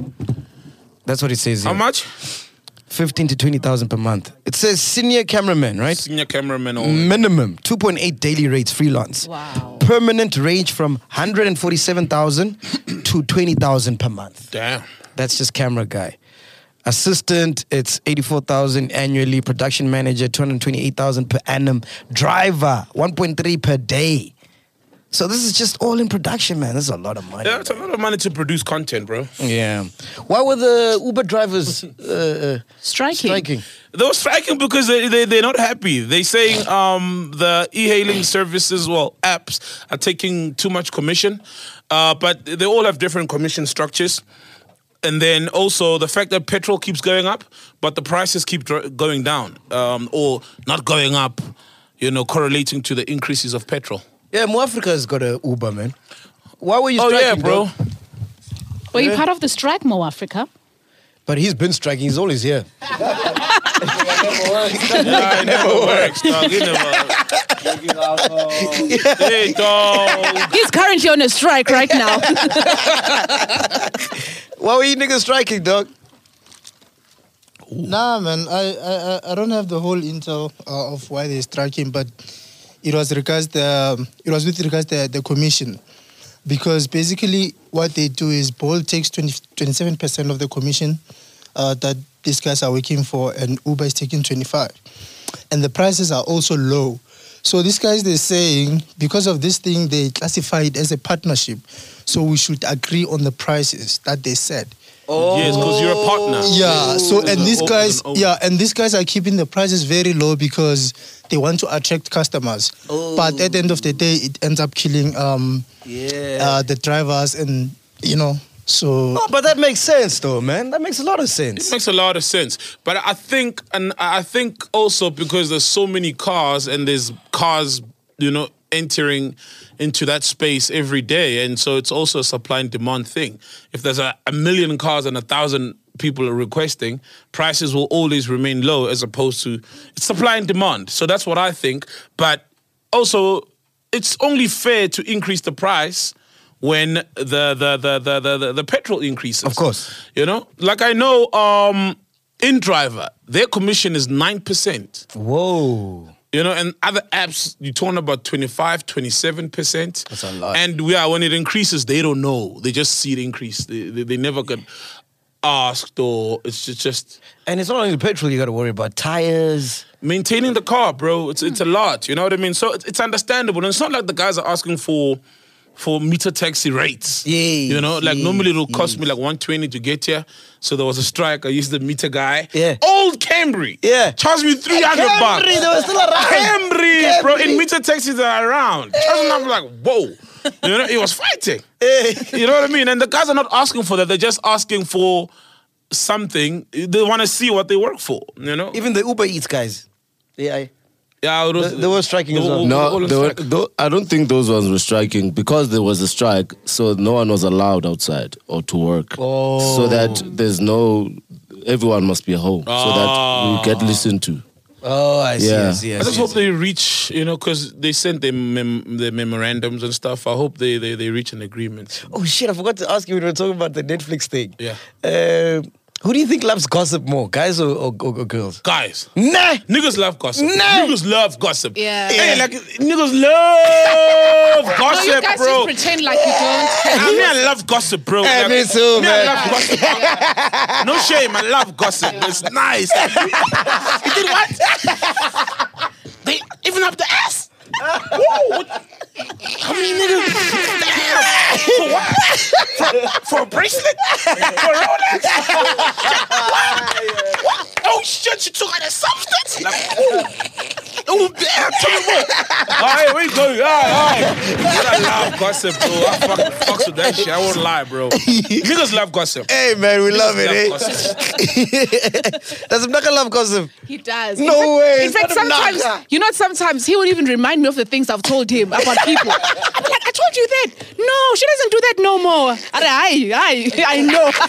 Speaker 5: That's what it says here.
Speaker 1: how much?
Speaker 5: 15 to 20,000 per month. It says senior cameraman, right?
Speaker 1: Senior cameraman. Or
Speaker 5: Mm. Minimum 2.8 daily rates freelance.
Speaker 2: Wow.
Speaker 5: Permanent range from 147,000 to 20,000 per month.
Speaker 1: Damn.
Speaker 5: That's just camera guy. Assistant, it's 84,000 annually. Production manager, 228,000 per annum. Driver, 1.3 per day. So this is just all in production, man. This is a lot of money.
Speaker 1: Yeah, it's a lot of money to produce content, bro.
Speaker 5: Yeah. Why were the Uber drivers uh, uh,
Speaker 2: Striking.
Speaker 5: striking?
Speaker 1: They were striking because they, they, they're not happy. They're saying um, the e hailing services, well, apps, are taking too much commission, uh, but they all have different commission structures. And then also the fact that petrol keeps going up, but the prices keep dr- going down um, or not going up, you know, correlating to the increases of petrol.
Speaker 5: Yeah, Mo Africa's got a Uber, man. Why were you
Speaker 1: Oh,
Speaker 5: striking,
Speaker 1: yeah, bro.
Speaker 2: Were you part of the strike, Mo Africa?
Speaker 5: But he's been striking. He's always here.
Speaker 1: Yeah, it never works, dog. It never Hey, dog.
Speaker 2: He's currently on a strike right now.
Speaker 5: Why were you niggas striking, dog?
Speaker 6: Nah, man, I, I, I- I don't have the whole intel uh, of why they're striking, but it was regards the it was with regards the the commission, because basically what they do is Bolt takes 27 percent of the commission uh, that these guys are working for, and Uber is taking twenty five, and the prices are also low. So these guys they're saying because of this thing they classify it as a partnership, so we should agree on the prices that they said.
Speaker 1: Yes, because you're a partner.
Speaker 5: Oh,
Speaker 6: Yeah. So
Speaker 1: There's
Speaker 6: and
Speaker 1: a
Speaker 6: these
Speaker 1: open
Speaker 6: guys,
Speaker 1: and open.
Speaker 6: yeah, and these guys are keeping the prices very low because they want to attract customers.
Speaker 5: Oh.
Speaker 6: But at the end of the day, it ends up killing um, uh, the drivers and you know. So
Speaker 5: Oh, but that makes sense, though, man. That makes a lot of sense.
Speaker 1: It makes a lot of sense. But I think, and I think also because there's so many cars and there's cars, you know, entering into that space every day. And so it's also a supply and demand thing. If there's a, a million cars and a thousand people are requesting, prices will always remain low as opposed to it's supply and demand. So that's what I think. But also, it's only fair to increase the price when the the the the the, the, the petrol increases.
Speaker 5: Of course.
Speaker 1: you know, like I know, um, in driver their commission is nine percent.
Speaker 5: Whoa.
Speaker 1: You know, and other apps, you're talking about 25, 27%.
Speaker 3: That's a lot.
Speaker 1: And yeah, when it increases, they don't know. They just see it increase. They, they, they never get asked, or it's ju- just
Speaker 5: And it's not only petrol you got to worry about, tires.
Speaker 1: maintaining the car, bro. It's,
Speaker 5: Hmm.
Speaker 1: it's a lot. You know what I mean? So it's, it's understandable. And it's not like the guys are asking for for meter taxi rates.
Speaker 5: Yes,
Speaker 1: You know, like
Speaker 5: yes,
Speaker 1: normally it'll cost
Speaker 5: yes.
Speaker 1: me like 120 to get here. So there was a strike. I used the meter guy.
Speaker 5: Yeah.
Speaker 1: Old Cambry.
Speaker 5: Yeah.
Speaker 1: Charged me 300
Speaker 5: Camry,
Speaker 1: bucks.
Speaker 5: they were still around.
Speaker 1: Cambry, bro.
Speaker 5: Camry.
Speaker 1: And meter taxis are around. Charged me, I'm like, whoa. You know, it was fighting. You know what I mean? And the guys are not asking for that. They're just asking for something. They want to see what they work for, you know?
Speaker 5: Even the Uber Eats guys. Yeah.
Speaker 1: Yeah, it was,
Speaker 5: They- they were striking as well.
Speaker 1: all
Speaker 3: No,
Speaker 1: on
Speaker 3: they were,
Speaker 1: strike.
Speaker 3: tho- I don't think those ones were striking because there was a strike, so no one was allowed outside or to work.
Speaker 5: Oh.
Speaker 3: So that there's no, everyone must be home
Speaker 1: Ah.
Speaker 3: so that we get listened to.
Speaker 5: Oh, I see. I
Speaker 3: Yeah.
Speaker 5: see. I
Speaker 1: I just
Speaker 5: see, I
Speaker 1: hope
Speaker 5: see.
Speaker 1: they reach, you know, because they sent their, mem- their memorandums and stuff. I hope they, they, they reach an agreement.
Speaker 5: Oh, shit. I forgot to ask you when we were talking about the Netflix thing.
Speaker 1: Yeah.
Speaker 5: Uh, who do you think loves gossip more, guys or, or, or- or girls?
Speaker 1: Guys,
Speaker 5: Nah.
Speaker 1: niggas love gossip.
Speaker 5: No.
Speaker 1: Niggas love gossip.
Speaker 2: Yeah.
Speaker 1: Hey, like, niggas love
Speaker 2: No, you
Speaker 1: gossip,
Speaker 2: guys
Speaker 1: bro.
Speaker 2: just pretend like you don't.
Speaker 1: I mean, I love gossip, bro.
Speaker 5: Hey,
Speaker 1: Like,
Speaker 5: me too,
Speaker 1: I
Speaker 5: man.
Speaker 1: love gossip. No shame, I love gossip. It's nice. you did what? They even up the ass. Woo! What? How many niggas? For what? For, for a bracelet? For a Rolex? What? What? Oh shit! You took out a substance. Like, ooh. Ooh, damn, tell me more. All right, we go. All right, all right. I love gossip, bro. I fucking fucks with that shit. I won't lie, bro. Niggas love gossip.
Speaker 5: Hey, man, we love it,
Speaker 1: Love
Speaker 5: eh?
Speaker 1: gossip.
Speaker 5: Does Mnaka love gossip?
Speaker 2: He does. in
Speaker 5: No
Speaker 2: fact,
Speaker 5: way,
Speaker 2: In
Speaker 5: it's
Speaker 2: fact,
Speaker 5: not a
Speaker 2: sometimes
Speaker 5: knocker.
Speaker 2: you know, what, sometimes he would even remind me of the things I've told him about people. I'm like, I told you that. No, she doesn't do that no more. I, I, I know.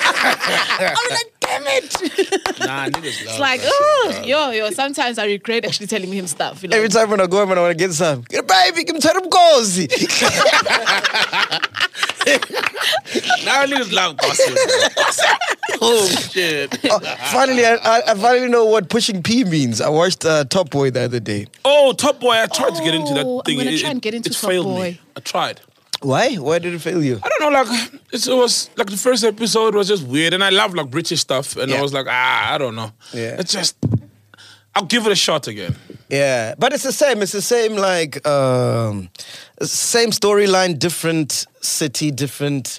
Speaker 5: Oh,
Speaker 2: I'm like, damn it.
Speaker 1: Nah, niggas love
Speaker 2: It's like,
Speaker 1: gossip.
Speaker 2: oh, yo, yo. Sometimes I regret actually telling him stuff. You know?
Speaker 5: Every time when I go home and I want to get some, baby, kimthatha umgozi.
Speaker 1: Nah, niggas love gossip. bro. oh, shit.
Speaker 5: Oh, finally, I, I, I finally know what pushing P means. I watched uh, Top Boy the other day.
Speaker 1: Oh, Top Boy, I tried to get into
Speaker 2: Oh,
Speaker 1: that
Speaker 2: I'm
Speaker 1: thing.
Speaker 2: gonna try and get into
Speaker 1: it
Speaker 2: Top
Speaker 1: failed
Speaker 2: Boy.
Speaker 1: me. I tried.
Speaker 5: Why? Why did it fail you?
Speaker 1: I don't know, like it's, it was like the first episode was just weird, and I love like British stuff, and
Speaker 5: Yeah.
Speaker 1: I was like, ah, I don't know.
Speaker 5: Yeah.
Speaker 1: It's just, I'll give it a shot again.
Speaker 5: Yeah, but it's the same. It's the same, like um, same storyline, different city, different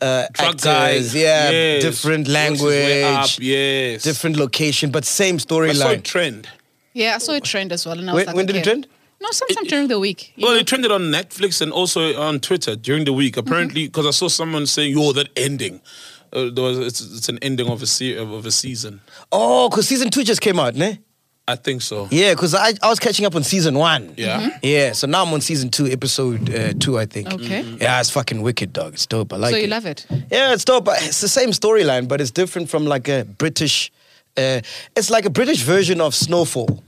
Speaker 5: uh,
Speaker 1: Drug
Speaker 5: actors.
Speaker 1: guys,
Speaker 5: yeah,
Speaker 1: yes.
Speaker 5: different
Speaker 1: Works his way up,
Speaker 5: language,
Speaker 1: yes,
Speaker 5: different location, but same
Speaker 1: I saw it
Speaker 5: storyline.
Speaker 1: trend.
Speaker 2: yeah, I saw it trend as well, and I was
Speaker 5: When-
Speaker 2: like,
Speaker 5: when did it
Speaker 2: okay.
Speaker 5: trend?
Speaker 2: No, sometime during the week. you
Speaker 1: Well,
Speaker 2: know?
Speaker 1: it trended on Netflix and also on Twitter during the week. Apparently,
Speaker 5: Mm-hmm.
Speaker 1: because I saw someone saying, "Yo, that ending." Uh, there was, it's, it's an ending of a se- of of a season.
Speaker 5: Oh, because season two just came out, ne?
Speaker 1: I think so.
Speaker 5: Yeah, Mm-hmm. because I, I was catching up on season one.
Speaker 1: Yeah. Mhm.
Speaker 5: Yeah, so now I'm on season two, episode uh, two, I think. Mm-hmm.
Speaker 2: Okay. Mhm.
Speaker 5: Yeah, it's fucking wicked, dog. It's dope. I like
Speaker 2: so
Speaker 5: it.
Speaker 2: you love it.
Speaker 5: Yeah, it's dope. But it's the same storyline, but it's different from like a British. Uh, it's like a British version of Snowfall.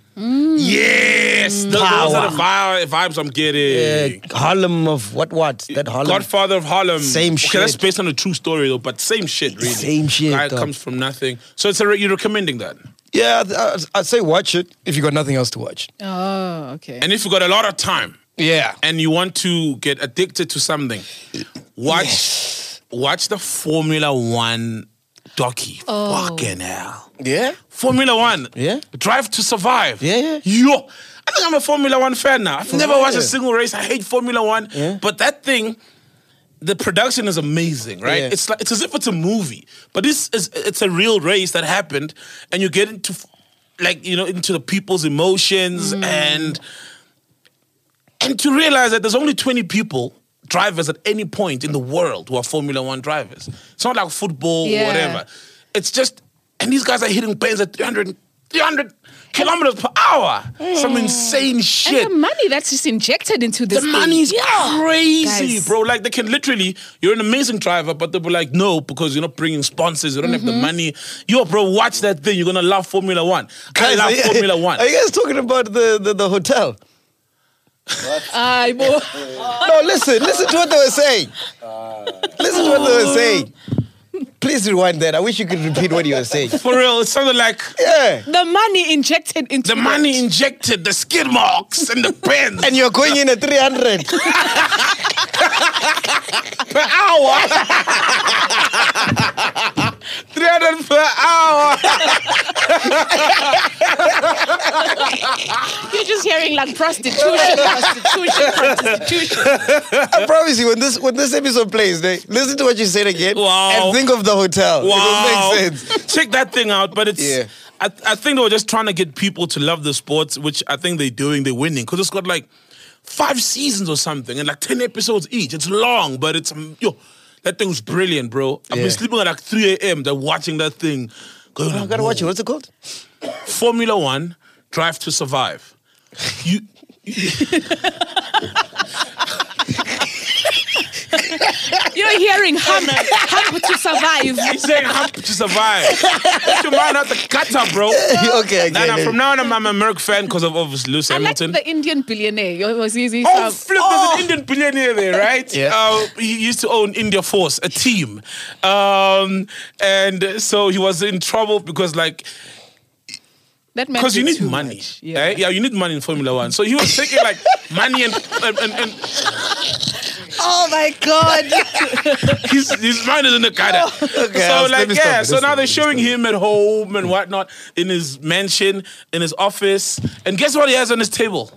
Speaker 1: Yes, Th- those are the vi- vibes I'm
Speaker 5: Uh,
Speaker 1: getting.
Speaker 5: Harlem of what what? That Harlem.
Speaker 1: Godfather of Harlem.
Speaker 5: Same
Speaker 1: okay, That's
Speaker 5: shit.
Speaker 1: based on a true story though, but same shit. Really.
Speaker 5: Same shit,
Speaker 1: Guy
Speaker 5: dog.
Speaker 1: comes from nothing. So it's a re- you're recommending that.
Speaker 5: Yeah, I'd- I'd, I'd say watch it if you got nothing else to watch.
Speaker 2: Oh, okay.
Speaker 1: And if you got a lot of time
Speaker 5: Yeah.
Speaker 1: and you want to get addicted to something, watch watch the Formula One docu.
Speaker 2: Oh.
Speaker 1: Fucking hell.
Speaker 5: Yeah.
Speaker 1: Formula One.
Speaker 5: Yeah.
Speaker 1: Drive to survive.
Speaker 5: Yeah, yeah.
Speaker 1: Yo. I think I'm a Formula One fan now. I've never watched a
Speaker 5: real.
Speaker 1: single race. I hate Formula One.
Speaker 5: Yeah.
Speaker 1: But that thing, the production is amazing, right?
Speaker 5: Yeah.
Speaker 1: It's like it's as if it's a movie. But this is it's a real race that happened and you get into f- like, you know, into the people's emotions
Speaker 5: Mm.
Speaker 1: and and to realize that there's only 20 people drivers at any point in the world who are formula one drivers it's not like football
Speaker 2: Yeah.
Speaker 1: or whatever it's just and these guys are hitting pens at 300 300 kilometers per hour. Some insane
Speaker 2: Eh. And
Speaker 1: shit.
Speaker 2: the money that's just injected into this.
Speaker 1: The money's
Speaker 2: thing. Yeah.
Speaker 1: crazy,
Speaker 2: Guys.
Speaker 1: bro. Like they can literally, you're an amazing driver, but they'll be like, no, because you're not bringing sponsors, you don't have
Speaker 2: Mm-hmm.
Speaker 1: the money. Yo, bro, watch that thing. You're gonna love Formula One. I
Speaker 5: Guys,
Speaker 1: love
Speaker 5: are you-
Speaker 1: Formula One.
Speaker 5: Are you guys talking about the, the, the hotel?
Speaker 2: Aye, bo.
Speaker 5: No, listen, listen to what they were saying.
Speaker 1: Uh.
Speaker 5: Listen to what they were saying. Please rewind that. I wish you could repeat what you were saying.
Speaker 1: For real, it sounded like
Speaker 5: Yeah.
Speaker 2: the money injected into
Speaker 1: the money injected, the skid marks and the pens
Speaker 5: And you're going in at 300.
Speaker 1: per hour. 300 per hour.
Speaker 2: You're just hearing like prostitution, prostitution, prostitution.
Speaker 5: I promise you, when this when this episode plays, they, listen to what you said again.
Speaker 1: Wow.
Speaker 5: And think of the hotel.
Speaker 1: Wow.
Speaker 5: It will make sense.
Speaker 1: Check that thing out. But it's.
Speaker 5: Yeah.
Speaker 1: I, I think they were just trying to get people to love the sports, which I think they're doing. They're winning because it's got like five seasons or something and like 10 episodes each. It's long, but it's. um, Yo, that thing was brilliant, bro. I've
Speaker 5: Yeah. Oh,
Speaker 1: been sleeping at like 3 a.m. They're watching that thing. Going,
Speaker 5: I gotta watch it.
Speaker 1: "Whoa."
Speaker 5: What's it called?
Speaker 1: Formula One, Drive to Survive. You.
Speaker 2: You're hearing hump, hump to survive.
Speaker 1: He's saying hump to survive. Get your mind out the gutter, bro.
Speaker 5: okay, okay.
Speaker 1: Nah, nah,
Speaker 5: then.
Speaker 1: from now on, I'm, I'm a Merck fan because of obviously Lewis
Speaker 2: I like
Speaker 1: Hamilton.
Speaker 2: the Indian billionaire. You was easy.
Speaker 1: Oh, flip, there's an Indian billionaire there, right?
Speaker 5: Yeah.
Speaker 1: Uh, he used to own India Force, a team. Um, and so he was in trouble because, like,
Speaker 2: that
Speaker 1: because you
Speaker 2: mattered
Speaker 1: need
Speaker 2: too
Speaker 1: money.
Speaker 2: much.
Speaker 1: Yeah. Right? yeah, you need money in Formula One. So he was taking, like, money and, and, and, and
Speaker 2: Oh my God.
Speaker 1: his, his mind is in the gutter.
Speaker 5: I'll-
Speaker 1: so
Speaker 5: let
Speaker 1: like
Speaker 5: me stop
Speaker 1: yeah,
Speaker 5: it,
Speaker 1: so
Speaker 5: let's
Speaker 1: now
Speaker 5: stop
Speaker 1: they're
Speaker 5: it,
Speaker 1: showing him at home and whatnot in his mansion, in his office, and guess what he has on his table?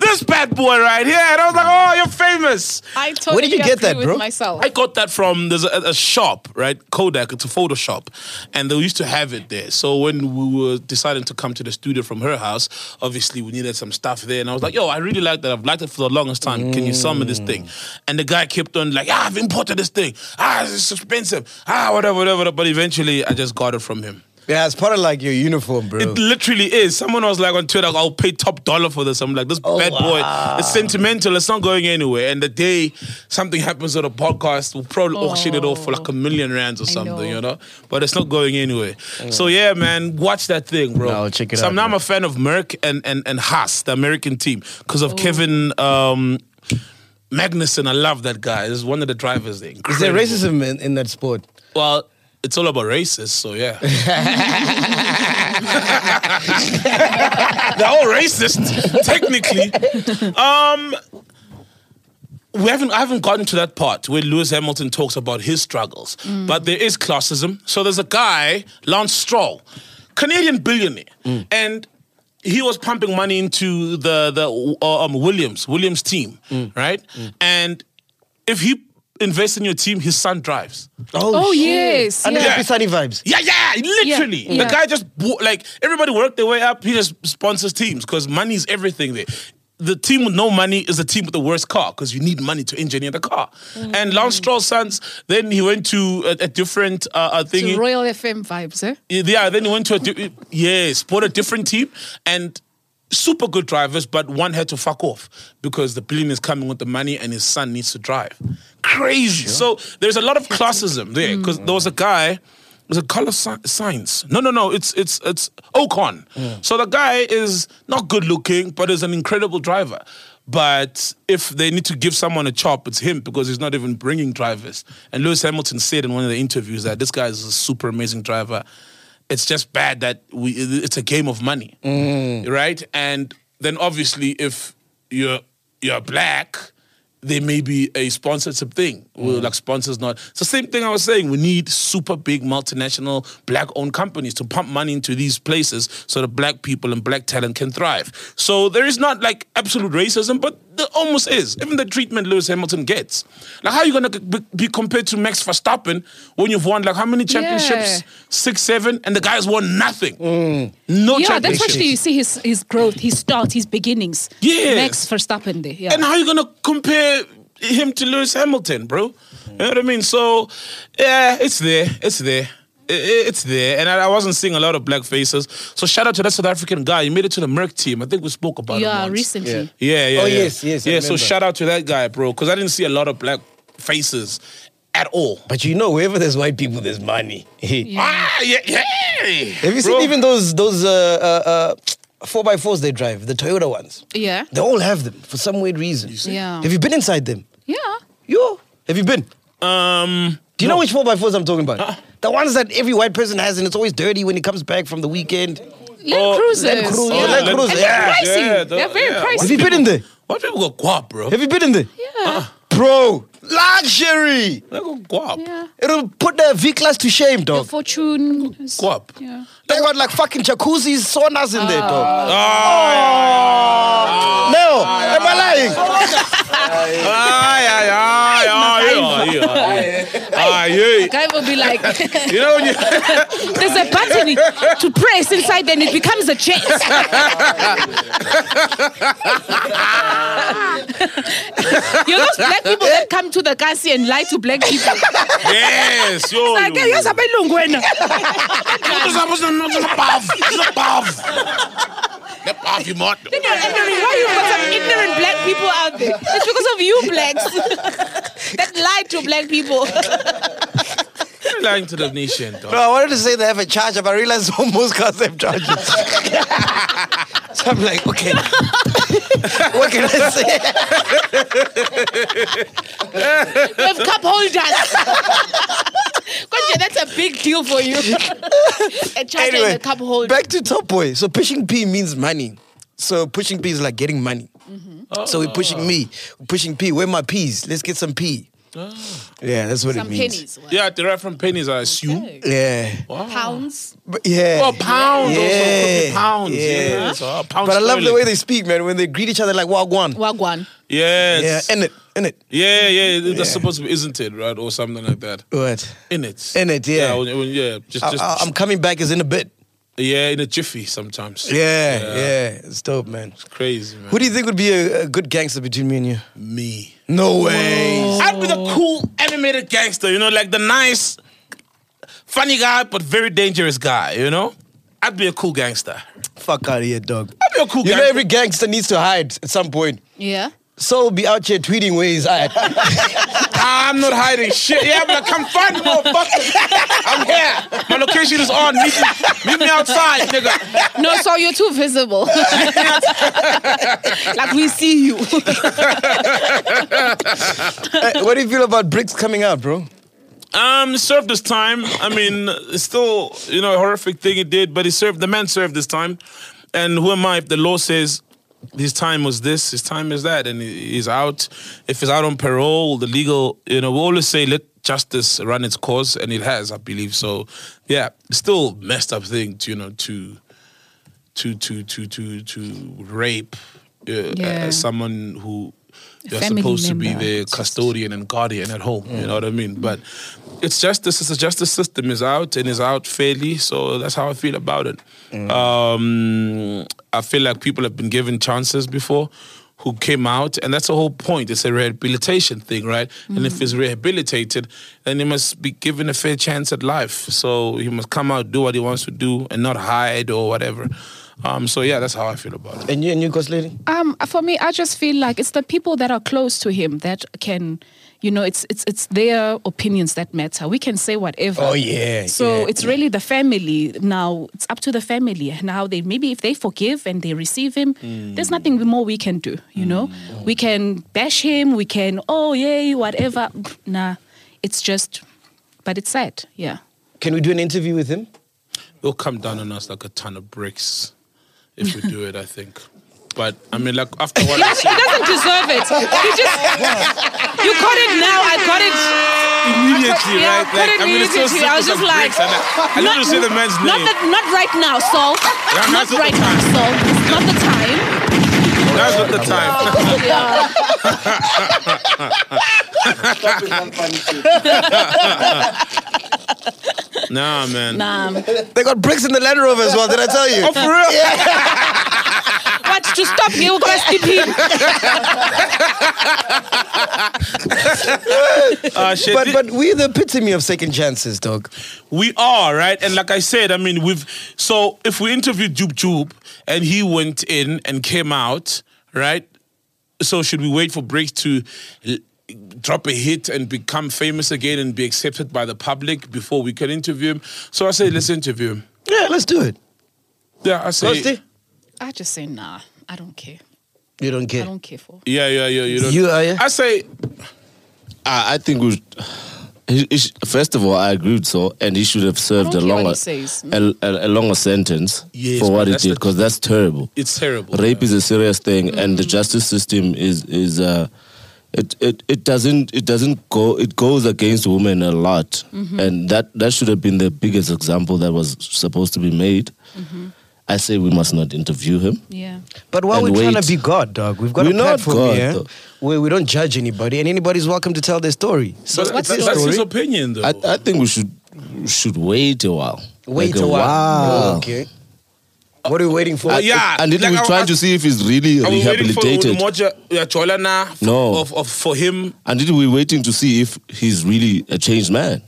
Speaker 1: This bad boy right here, and I was like, "Oh, you're famous."
Speaker 2: I totally
Speaker 5: Where did you get
Speaker 2: agree
Speaker 5: that,
Speaker 2: with
Speaker 5: bro?
Speaker 2: Myself.
Speaker 1: I got that from there's a, a shop, right? Kodak, it's a photo shop, and they used to have it there. So when we were deciding to come to the studio from her house, obviously we needed some stuff there, and I was like, "Yo, I really like that. I've liked it for the longest time. Can you sell me this thing?" And the guy kept on like, "Ah, I've imported this thing. Ah, it's expensive. Ah, whatever, whatever." But eventually, I just got it from him.
Speaker 5: Yeah, it's part of like your uniform, bro.
Speaker 1: It literally is. Someone was like on Twitter, I'll pay top dollar for this. I'm like, this
Speaker 5: Oh,
Speaker 1: bad boy, it's sentimental. It's not going anywhere. And the day something happens to the podcast, we'll probably auction it off for
Speaker 5: Oh.
Speaker 1: like a million rands or something,
Speaker 2: know.
Speaker 1: you know? But it's not going anywhere. So yeah, man, watch that thing, bro.
Speaker 5: I'll check it
Speaker 1: so
Speaker 5: out,
Speaker 1: now I'm
Speaker 5: bro.
Speaker 1: a fan of Merck and, and, and Haas, the American team, because
Speaker 5: Oh.
Speaker 1: of Kevin um, Magnuson. I love that guy. He's one of the drivers there.
Speaker 5: Is there
Speaker 1: Incredible.
Speaker 5: racism in, in that sport?
Speaker 1: Well, it's all about races, so yeah. They're all racist, technically. Um, we haven't, I haven't gotten to that part where Lewis Hamilton talks about his struggles, but there is classism. So there's a guy, Lance Stroll, Canadian billionaire, and he was pumping money into the the uh, um, Williams Williams team, right? And if he invests in your team, his son drives.
Speaker 2: Oh,
Speaker 5: shit.
Speaker 2: yes,
Speaker 5: And
Speaker 2: yeah.
Speaker 5: happy sunny vibes.
Speaker 1: Yeah, yeah, literally.
Speaker 2: Yeah, yeah.
Speaker 1: The guy just bought, like everybody worked their way up. He just sponsors teams because money's everything there. The team with no money is the team with the worst car because you need money to engineer the car. And Lance
Speaker 2: Mm.
Speaker 1: Stroll's sons, then he went to a, a different uh, uh,
Speaker 2: The
Speaker 1: thingy.
Speaker 2: Royal FM vibes, eh?
Speaker 1: Yeah, then he went to a di- yes, bought a different team and super good drivers, but one had to fuck off because the billion is coming with the money and his son needs to drive. Crazy. So there's a lot of classism there because there was a guy. Was it Color Science? No, no, no. It's it's it's Ocon. So the guy is not good looking, but is an incredible driver. But if they need to give someone a chop, it's him because he's not even bringing drivers. And Lewis Hamilton said in one of the interviews that this guy is a super amazing driver it's just bad that we it's a game of money right and then obviously if you're you're black there may be a sponsorship thing Well, like sponsors not it's the same thing i was saying we need super big multinational black owned companies to pump money into these places so that black people and black talent can thrive so there is not like absolute racism but there almost is even the treatment lewis hamilton gets like how are you going to be be compared to max verstappen when you've won like how many championships
Speaker 2: Yeah.
Speaker 1: six, seven, and the guys won nothing.
Speaker 5: Mm.
Speaker 1: No
Speaker 2: yeah, that's
Speaker 1: championship.
Speaker 2: actually you see his his growth, his start, his beginnings.
Speaker 1: Yes.
Speaker 2: Max Verstappen there. Yeah.
Speaker 1: and how you gonna compare him to Lewis Hamilton, bro? You know what I mean? So yeah, it's there, it's there. i- i- it's there, and I, I wasn't seeing a lot of black faces. So shout out to that South African guy. He made it to the Merck team. I think we spoke about him.
Speaker 2: yeah,
Speaker 1: once.
Speaker 2: recently.
Speaker 1: Yeah,
Speaker 3: Yeah.
Speaker 1: yeah.
Speaker 5: Oh,
Speaker 1: yeah.
Speaker 5: yes, yes, I
Speaker 1: Yeah. So
Speaker 5: remember.
Speaker 1: shout out to that guy, bro, because I didn't see a lot of black faces at all.
Speaker 5: But you know, wherever there's white people, there's money.
Speaker 1: Ah, yeah, yeah.
Speaker 5: Have you seen even those those uh, uh, uh, four by fours they drive, the Toyota ones?
Speaker 2: Yeah.
Speaker 5: They all have them for some weird reason.
Speaker 2: Yeah.
Speaker 5: Have you been inside them?
Speaker 2: Yeah.
Speaker 5: Yo, have you been?
Speaker 1: Um,
Speaker 5: Do you know which four by fours I'm talking about? The ones that every white person has, and it's always dirty when he comes back from the weekend.
Speaker 2: Land
Speaker 1: Oh,
Speaker 2: Cruisers.
Speaker 5: Land Cruiser.
Speaker 2: Yeah.
Speaker 5: Oh, Land Cruiser,
Speaker 2: And they're
Speaker 5: yeah.
Speaker 2: pricey.
Speaker 1: Yeah, the-
Speaker 2: they're very
Speaker 1: yeah.
Speaker 5: Have
Speaker 2: pricey.
Speaker 5: you been in Ah. there?
Speaker 1: why do people go guap, bro?
Speaker 5: Have you been in there?
Speaker 2: Yeah.
Speaker 5: Bro, luxury.
Speaker 1: They go guap,
Speaker 2: yeah.
Speaker 5: It'll put the V class to shame,
Speaker 2: Your
Speaker 5: dog.
Speaker 2: fortune. is-
Speaker 1: guap.
Speaker 2: Yeah.
Speaker 5: They got like fucking jacuzzis, saunas in there, dog.
Speaker 1: Ah,
Speaker 5: No, am I lying?
Speaker 1: yeah, yeah, yeah, yeah, yeah, yeah, yeah. Ah, yeah.
Speaker 2: Guy will be like,
Speaker 1: You know when you
Speaker 2: there's a button to press inside, then it becomes a chest. you know, those black people that come to the kasi and lie to black people.
Speaker 1: yes, yo.
Speaker 2: Like,
Speaker 1: yo,
Speaker 2: "Hey,
Speaker 1: yo.
Speaker 2: here's a belong wena." Then you're wondering why you've got some ignorant black people out there. It's because of you blacks that lie to black people.
Speaker 1: You're lying to the nation, dog.
Speaker 5: Bro, I wanted to say they have a charger, but I realized most cars have chargers. so I'm like, okay. what can I say?
Speaker 2: You have cup holders. Konje, that's a big deal for you. a charger and a cup holder.
Speaker 5: back to Top Boy. So pushing P means money. So pushing P is like getting money.
Speaker 1: Mm-hmm.
Speaker 5: So
Speaker 1: Oh.
Speaker 5: we're pushing me, we're pushing P. Where my P's? Let's get some P. Yeah, that's what
Speaker 2: some
Speaker 5: it means.
Speaker 2: pennies. Wow.
Speaker 1: Ah. Yeah, derived from pennies, I assume.
Speaker 5: Yeah,
Speaker 2: Pounds.
Speaker 5: but yeah.
Speaker 1: Oh, pounds also. could be
Speaker 5: Yeah.
Speaker 1: Pounds. Yeah.
Speaker 5: Yeah.
Speaker 1: So, uh, pounds
Speaker 5: but I love the
Speaker 1: sterling.
Speaker 5: way they speak, man. When they greet each other like wagwan.
Speaker 2: Wagwan.
Speaker 5: Yeah,
Speaker 1: Yes. Yeah,
Speaker 5: in it, in it.
Speaker 1: yeah, yeah. That's supposed to be, isn't it, right? Or something like that.
Speaker 5: What?
Speaker 1: In it.
Speaker 5: In it, yeah.
Speaker 1: Yeah, when- when- yeah. Just,
Speaker 5: I,
Speaker 1: just,
Speaker 5: am coming back is in a bit.
Speaker 1: yeah, in a jiffy sometimes.
Speaker 5: Yeah, yeah, It's dope, man.
Speaker 1: Crazy, man.
Speaker 5: Who do you think would be a, a good gangster between me and you?
Speaker 1: Me.
Speaker 5: No way.
Speaker 1: I'd be the cool animated gangster, you know, like the nice, funny guy, but very dangerous guy, you know? I'd be a cool gangster.
Speaker 5: Fuck out of here, dog.
Speaker 1: I'd be a cool
Speaker 5: You know,
Speaker 1: gangster.
Speaker 5: every gangster needs to hide at some point.
Speaker 2: Yeah.
Speaker 5: So will be out here tweeting where he's at. Eh,
Speaker 1: Ah, I'm not hiding shit. Yeah, I'm like, come find me, motherfucker. I'm here. My location is on. Meet me, meet me outside, nigga.
Speaker 2: No, so you're too visible. like we see you.
Speaker 5: Uh, what do you feel about bricks coming out, bro?
Speaker 1: Um, served his time. I mean, it's still, you know, a horrific thing he did, but he served, the man served his time. And who am I if the law says his time was this, his time is that, and he- he's out. If he's out on parole, the legal, you know, we always say let justice run its course, and it has, I believe. So, yeah, still messed up thing, to, you know, to to to to to to rape uh,
Speaker 2: Yeah.
Speaker 1: uh, someone who uh, you're
Speaker 2: family
Speaker 1: supposed to
Speaker 2: member.
Speaker 1: be their custodian and guardian at home. You know what I mean? But it's justice. It's a justice system is out and is out fairly. So that's how I feel about it. Um, I feel like people have been given chances before. Who came out, and that's the whole point. It's a rehabilitation thing, right? And if he's rehabilitated, then he must be given a fair chance at life. So he must come out, do what he wants to do, and not hide or whatever. Um, so yeah, that's how I feel about it.
Speaker 5: And you and you, Ghost Lady?
Speaker 2: Um, for me, I just feel like it's the people that are close to him that can, you know, it's it's it's their opinions that matter. We can say whatever.
Speaker 5: Oh, yeah,
Speaker 2: So
Speaker 5: yeah,
Speaker 2: it's really the family now. It's up to the family and how they maybe if they forgive and they receive him,
Speaker 5: Mm.
Speaker 2: there's nothing more we can do. You know, we can bash him. We can oh yay whatever. Nah, it's just, but it's sad. Yeah.
Speaker 5: Can we do an interview with him?
Speaker 1: They'll come down on us like a ton of bricks if we do it. I think. But I mean, like after what I
Speaker 2: Yes, he
Speaker 1: said,
Speaker 2: doesn't deserve it. You just you caught it now. I caught it.
Speaker 1: immediately,
Speaker 2: Yeah,
Speaker 1: right?
Speaker 2: I
Speaker 1: Like,
Speaker 2: couldn't
Speaker 1: I mean, it's so simple.
Speaker 2: immediately. I was just
Speaker 1: some
Speaker 2: like,
Speaker 1: bricks, and I, I literally say the man's
Speaker 2: not
Speaker 1: name.
Speaker 2: That, not right now, so
Speaker 1: Yeah,
Speaker 2: not
Speaker 1: that's not
Speaker 2: right
Speaker 1: the
Speaker 2: now,
Speaker 1: time.
Speaker 2: so it's not the time.
Speaker 1: That's not the time.
Speaker 2: Yeah.
Speaker 1: nah, man. Oh,
Speaker 2: Um,
Speaker 5: They got bricks in the Land Rover as well. Did I tell you?
Speaker 1: For real?
Speaker 2: what to stop you, Christy P?
Speaker 1: Ah, shit.
Speaker 5: But but we're the epitome of second chances, dog.
Speaker 1: We are, right? And like I said, I mean, we've. So if we interviewed Joop Joop and he went in and came out, right? So should we wait for breaks to l- drop a hit and become famous again and be accepted by the public before we can interview him? So I say, let's interview him.
Speaker 5: Yeah, let's do it.
Speaker 1: Yeah, I say.
Speaker 5: Rusty?
Speaker 2: I just say nah. I don't care.
Speaker 5: You don't
Speaker 2: I
Speaker 5: care.
Speaker 2: don't care for.
Speaker 1: Yeah, yeah, yeah. You, don't,
Speaker 5: You are-
Speaker 1: I say,
Speaker 3: I, I think we. Should, he, he sh- first of all, I agree with so, and he should have served a
Speaker 2: care what
Speaker 3: longer,
Speaker 2: he says.
Speaker 3: a, a, a longer sentence
Speaker 1: Yes,
Speaker 3: for
Speaker 1: but
Speaker 3: what he
Speaker 1: that's
Speaker 3: did
Speaker 1: the-
Speaker 3: because that's terrible.
Speaker 1: it's terrible.
Speaker 3: Rape is a serious thing, and the
Speaker 2: Mm.
Speaker 3: justice system is is uh, it, it it doesn't it doesn't go it goes against women a lot,
Speaker 2: Mm-hmm.
Speaker 3: and that that should have been the biggest example that was supposed to be made.
Speaker 2: Mm-hmm.
Speaker 3: I say we must not interview him.
Speaker 2: Yeah.
Speaker 5: But while
Speaker 3: And
Speaker 5: we're trying
Speaker 3: wait.
Speaker 5: to be God, dog, we've got
Speaker 3: We're
Speaker 5: a
Speaker 3: not
Speaker 5: platform
Speaker 3: God,
Speaker 5: here
Speaker 3: though.
Speaker 5: where we don't judge anybody, and anybody's welcome to tell their story. So
Speaker 1: But
Speaker 2: What's
Speaker 1: that's,
Speaker 2: your
Speaker 1: that's his
Speaker 2: story?
Speaker 1: opinion, though.
Speaker 3: I, I think we should should wait a while.
Speaker 5: wait
Speaker 3: Like
Speaker 5: a while.
Speaker 3: while.
Speaker 5: Okay. What are we waiting for?
Speaker 1: Uh, yeah.
Speaker 3: And then
Speaker 1: Like,
Speaker 3: we're
Speaker 1: I-
Speaker 3: trying
Speaker 1: I-
Speaker 3: to see if he's really
Speaker 1: Are we waiting for
Speaker 3: rehabilitated.
Speaker 1: Umoja Cholana
Speaker 3: No.
Speaker 1: of, of, for him?
Speaker 3: And then we're waiting to see if he's really a changed man.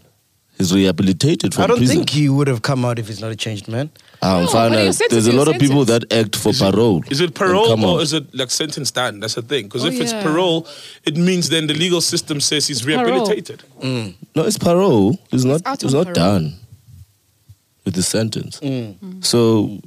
Speaker 3: He's rehabilitated from
Speaker 5: I don't
Speaker 3: prison.
Speaker 5: think he would have come out if he's not a changed man.
Speaker 3: um,
Speaker 2: No,
Speaker 3: fine,
Speaker 2: but
Speaker 3: uh,
Speaker 2: your sentence
Speaker 3: there's a
Speaker 2: is
Speaker 3: lot of people
Speaker 2: sentence.
Speaker 3: that act for parole.
Speaker 1: Is it parole
Speaker 3: and come
Speaker 1: or
Speaker 3: out.
Speaker 1: is it like sentence done? That's the thing. Because
Speaker 2: Oh,
Speaker 1: if it's
Speaker 2: yeah.
Speaker 1: parole, it means then the legal system says he's
Speaker 2: Parole.
Speaker 1: rehabilitated.
Speaker 3: No, it's parole. It's not.
Speaker 2: out
Speaker 3: It's,
Speaker 2: on
Speaker 3: not
Speaker 2: parole.
Speaker 3: done with the sentence. So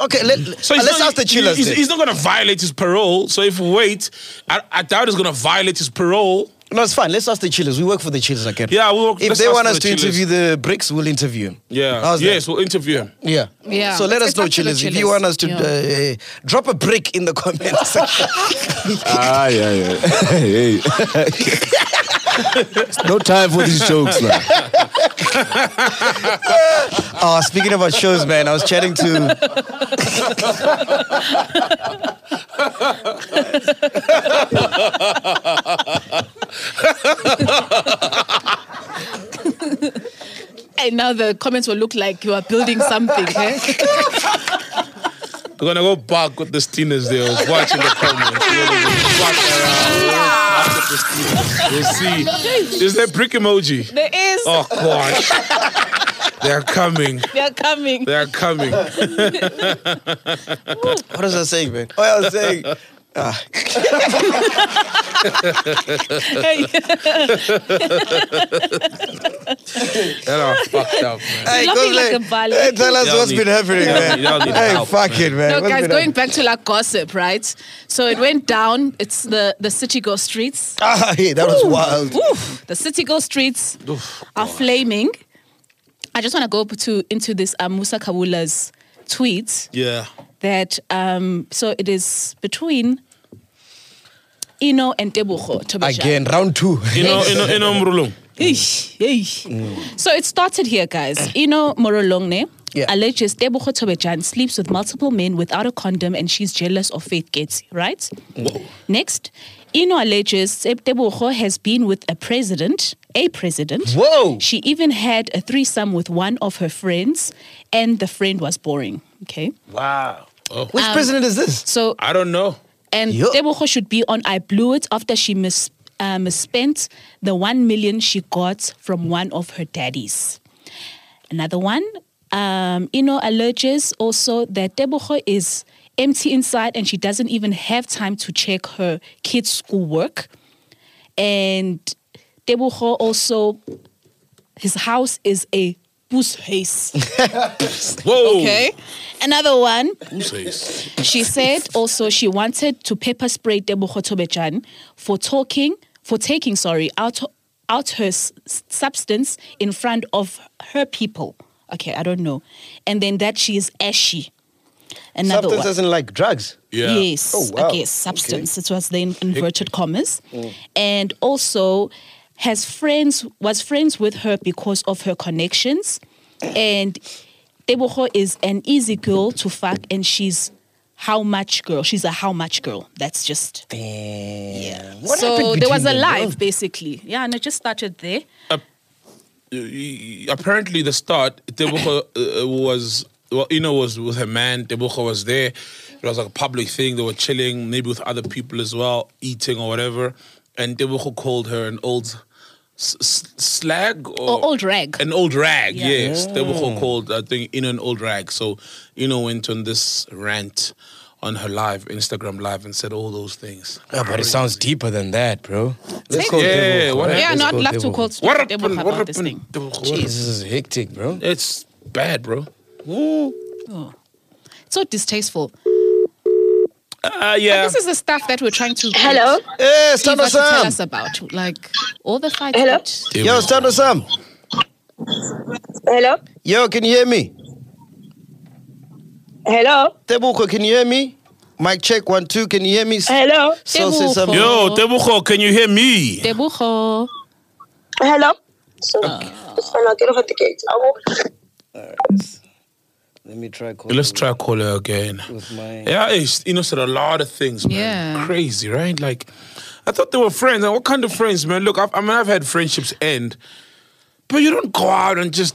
Speaker 5: Okay, let,
Speaker 1: So
Speaker 5: uh,
Speaker 1: he's not,
Speaker 5: let's
Speaker 1: e-
Speaker 5: ask the
Speaker 1: he-
Speaker 5: chillers.
Speaker 1: He's,
Speaker 5: then.
Speaker 1: he's not going to violate his parole. So if we wait, I, I doubt he's going to violate his parole.
Speaker 5: no, it's fine. Let's ask the chillers. We work for the chillers, I get it.
Speaker 1: Yeah, we work-
Speaker 5: If
Speaker 1: let's
Speaker 5: they
Speaker 1: ask
Speaker 5: want
Speaker 1: for
Speaker 5: us
Speaker 1: the
Speaker 5: to
Speaker 1: chillers.
Speaker 5: interview the bricks, we'll interview him.
Speaker 1: Yeah.
Speaker 5: How's that?
Speaker 1: yes, we'll interview him.
Speaker 5: Yeah.
Speaker 2: Yeah,
Speaker 5: So let
Speaker 2: it's-
Speaker 5: us
Speaker 2: it's
Speaker 5: know,
Speaker 2: up to the
Speaker 5: chillers, if you
Speaker 2: chillers,
Speaker 5: want us to
Speaker 2: yeah.
Speaker 5: uh, uh, drop a brick in the comments section.
Speaker 3: ah yeah yeah. hey. no time for these jokes now.
Speaker 5: Oh, speaking about shows, man, I was chatting to.
Speaker 2: And now the comments will look like you are building something. eh?
Speaker 1: We're going to go back with the Steelers there, watching the comments. We're gonna go back around, back with the Steelers. We'll see. Is there brick emoji?
Speaker 2: There is.
Speaker 1: Oh, gosh. They're coming.
Speaker 2: They are coming.
Speaker 1: They're coming.
Speaker 5: What was I saying, man? Oh, I was saying.
Speaker 2: Hey,
Speaker 1: They are fucked up, man.
Speaker 5: Hey,
Speaker 2: laughing
Speaker 5: Kozle,
Speaker 2: like a bally.
Speaker 5: Hey, tell us
Speaker 1: Y'all
Speaker 5: what's
Speaker 1: need-
Speaker 5: been happening,
Speaker 1: y'all
Speaker 5: man.
Speaker 1: need- y'all need
Speaker 5: hey,
Speaker 1: help,
Speaker 5: fuck
Speaker 1: man.
Speaker 5: it, man.
Speaker 2: No,
Speaker 5: What's
Speaker 2: guys,
Speaker 5: been
Speaker 2: going back to like gossip, right? So it went down. It's the, the City Girl streets.
Speaker 5: happening? Ah, hey, that was wild.
Speaker 2: Oof. The City Girl streets are flaming. I just want to go to into this um, Musa Kawula's tweet
Speaker 1: Yeah.
Speaker 2: that, um, so it is between Ino and Debucho.
Speaker 5: Again, round two.
Speaker 1: You know, you know, you know, Mrulung.
Speaker 2: Eish, eish. So it started here, guys. Ino Morolongne
Speaker 5: Yeah.
Speaker 2: alleges Debucho Tobejan sleeps with multiple men without a condom and she's jealous of Faith Getty, right? Next, Ino alleges Debucho has been with a president, a president.
Speaker 5: Whoa.
Speaker 2: She even had a threesome with one of her friends and the friend was boring, okay?
Speaker 1: Wow. Oh,
Speaker 2: Um,
Speaker 5: Which president is this?
Speaker 2: So
Speaker 1: I don't know.
Speaker 2: and
Speaker 5: Yo.
Speaker 2: Debucho should be on I Blew It after she mis- uh, misspent the one million she got from one of her daddies. Another one, um, Ino alleges also that Debucho is empty inside and she doesn't even have time to check her kids' schoolwork. And Debucho also, his house is a bushace.
Speaker 1: Whoa.
Speaker 2: Okay. Another one,
Speaker 1: Who says?
Speaker 2: she said also she wanted to pepper spray Debucho Tobejan for talking, for taking, sorry, out, out her s- substance in front of her people. Okay, I don't know. And then that she is ashy. Another
Speaker 5: Substance
Speaker 2: one.
Speaker 5: doesn't like drugs.
Speaker 1: Yeah.
Speaker 2: Yes.
Speaker 5: Oh, wow. Mm.
Speaker 2: I guess substance. It was the in- inverted commas. And also has friends was friends with her because of her connections. And Deboho is an easy girl to fuck and she's how much girl. She's a how much girl. That's just
Speaker 5: Yeah. What
Speaker 2: so
Speaker 5: happened
Speaker 2: there was a
Speaker 5: between them,
Speaker 2: life
Speaker 5: bro?
Speaker 2: basically. Yeah, and it just started there.
Speaker 1: Apparently, the start, Tebuko uh, was, well, Ino was with her man. Tebuko was there. It was like a public thing. They were chilling, maybe with other people as well, eating or whatever. And Tebuko called her an old s- s- slag or,
Speaker 2: Or Oh, old rag.
Speaker 1: An old rag,
Speaker 2: Yeah.
Speaker 1: yes. They were all called, I think, in an old rag. So Ino went on this rant on her live, Instagram live, and said all those things.
Speaker 7: Oh, but it sounds deeper than that, bro.
Speaker 2: Take-
Speaker 1: call Yeah, Deborah. what
Speaker 2: We are
Speaker 1: Let's
Speaker 2: not allowed to call
Speaker 1: What
Speaker 2: Deborah
Speaker 1: happened? What
Speaker 2: about this
Speaker 1: happened?
Speaker 2: thing.
Speaker 7: This is hectic, bro.
Speaker 1: It's bad, bro.
Speaker 2: It's so distasteful.
Speaker 1: Uh, yeah.
Speaker 2: This is the stuff that we're trying to
Speaker 8: Hello.
Speaker 5: Hey,
Speaker 2: Eva
Speaker 5: stand
Speaker 2: to
Speaker 5: us
Speaker 2: tell
Speaker 5: up.
Speaker 2: us about, like all the fights.
Speaker 8: Hello?
Speaker 2: that-
Speaker 5: Yo, stand us up.
Speaker 8: Hello.
Speaker 5: Yo, can you hear me?
Speaker 8: Hello.
Speaker 5: Tebuko, can you hear me? Mic check, one, two, can you hear me?
Speaker 8: Hello.
Speaker 5: So say
Speaker 2: Tebuko.
Speaker 5: something.
Speaker 1: Yo, Tebuko, can you hear me?
Speaker 2: Tebugo.
Speaker 8: Hello. Sorry. Sorry, I cannot get it. I will-
Speaker 5: Let me try calling.
Speaker 1: Let's try call her again.
Speaker 5: my-
Speaker 1: Yeah, it's, you know, said a lot of things, man.
Speaker 2: Yeah.
Speaker 1: Crazy, right? Like, I thought they were friends. Like, what kind of friends, man? Look, I've, I mean, I've had friendships end, but you don't go out and just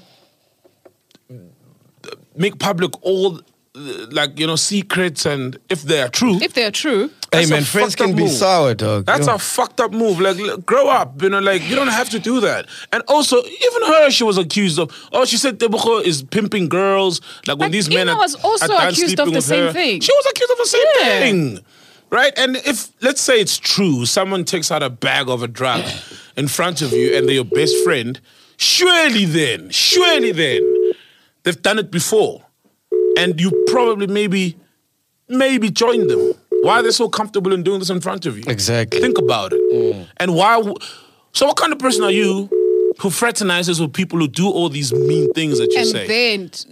Speaker 1: make public all, the- like, you know, secrets and if they are true.
Speaker 2: If they are true,
Speaker 7: Hey,
Speaker 1: That's a
Speaker 7: man, friends
Speaker 1: fucked up
Speaker 7: can be
Speaker 1: move.
Speaker 7: sour, dog.
Speaker 1: That's
Speaker 7: Yo.
Speaker 1: a fucked up move. Like, l- grow up. You know, like you don't have to do that. And also, even her, she was accused of. Oh, she said Tebuko is pimping girls. Like when
Speaker 2: But
Speaker 1: these men
Speaker 2: Ina
Speaker 1: are,
Speaker 2: was also
Speaker 1: are done
Speaker 2: accused of
Speaker 1: sleeping
Speaker 2: the
Speaker 1: with
Speaker 2: same
Speaker 1: her.
Speaker 2: thing.
Speaker 1: She was accused of the same
Speaker 2: Yeah.
Speaker 1: thing, right? And if let's say it's true, someone takes out a bag of a drug in front of you, and they're your best friend. Surely then, surely then, they've done it before, and you probably maybe, maybe joined them. Why are they so comfortable in doing this in front of you?
Speaker 7: Exactly.
Speaker 1: Think about it.
Speaker 5: Mm.
Speaker 1: And why? W- so, what kind of person are you who fraternizes with people who do all these mean things that you
Speaker 2: and
Speaker 1: say?
Speaker 2: then t-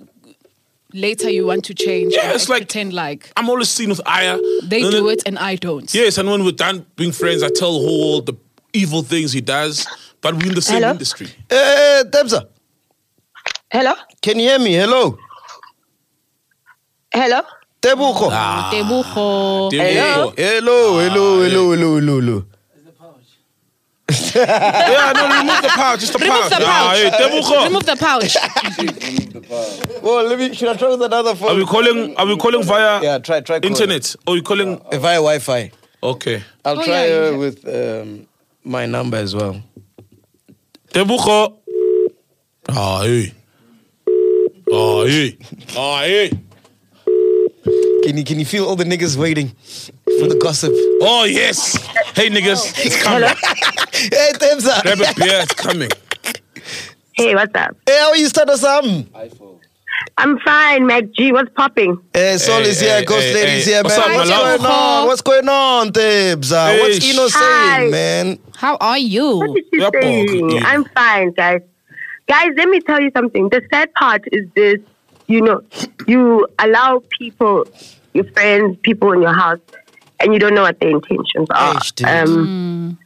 Speaker 2: later you want to change.
Speaker 1: Yeah,
Speaker 2: and
Speaker 1: it's like-
Speaker 2: pretend like
Speaker 1: I'm always seen with Aya.
Speaker 2: they
Speaker 1: And then-
Speaker 2: do it and I don't.
Speaker 1: Yes, and when we're done being friends, I tell her all the evil things he does, but we're in the same
Speaker 8: Hello?
Speaker 1: industry.
Speaker 5: Hey, Debza,
Speaker 8: Hello.
Speaker 5: can you hear me? Hello.
Speaker 8: Hello.
Speaker 5: Tebuko.
Speaker 1: Ah,
Speaker 2: Tebugo.
Speaker 1: Hello?
Speaker 5: Hello, hello, hello, hello, hello, hello.
Speaker 1: Yeah, no, remove the pouch. Just the
Speaker 2: Remove
Speaker 1: pouch.
Speaker 2: the
Speaker 1: Nah,
Speaker 2: pouch.
Speaker 1: hey, Tebuko.
Speaker 2: Remove the pouch.
Speaker 5: Well, let me. Should I try with another
Speaker 1: Are we
Speaker 5: phone?
Speaker 1: calling? Are we calling via
Speaker 5: Yeah, try, try. calling.
Speaker 1: internet? Or are you calling?
Speaker 7: Via Wi-Fi.
Speaker 1: Okay.
Speaker 7: I'll
Speaker 2: Oh,
Speaker 7: try
Speaker 2: yeah,
Speaker 7: her
Speaker 2: yeah.
Speaker 7: with um, my number as well.
Speaker 1: Tebuko. Ah, hey. Ah, hey. Ah, hey.
Speaker 7: Can you can you feel all the niggas waiting for the gossip?
Speaker 1: Oh yes. Hey niggas, it's coming.
Speaker 5: Hey,
Speaker 7: uh,
Speaker 5: Debza.
Speaker 1: Grab a beer, it's coming.
Speaker 8: Hey, what's up?
Speaker 5: Hey, how are you, stand us up?
Speaker 7: um?
Speaker 8: I'm fine, Mac G. What's popping?
Speaker 5: Hey, Sol
Speaker 1: Hey,
Speaker 5: is here,
Speaker 1: hey,
Speaker 5: Ghost
Speaker 1: hey,
Speaker 5: Lady's
Speaker 1: hey.
Speaker 5: here,
Speaker 1: What's
Speaker 5: man.
Speaker 1: up, my
Speaker 5: What's
Speaker 1: love?
Speaker 5: going on? What's going on,
Speaker 7: Uh,
Speaker 5: Debza?
Speaker 1: Hey,
Speaker 5: What's Ino
Speaker 1: sh-
Speaker 5: saying,
Speaker 8: Hi.
Speaker 5: man?
Speaker 2: How are
Speaker 8: What
Speaker 2: you?
Speaker 8: did you
Speaker 1: Yeah, Paul,
Speaker 8: say?
Speaker 1: yeah.
Speaker 8: I'm fine, guys. Guys, let me tell you something. The sad part is this, you know, you allow people, your friends, people in your house, and you don't know what their intentions are.
Speaker 5: Yes, dude.
Speaker 8: Um,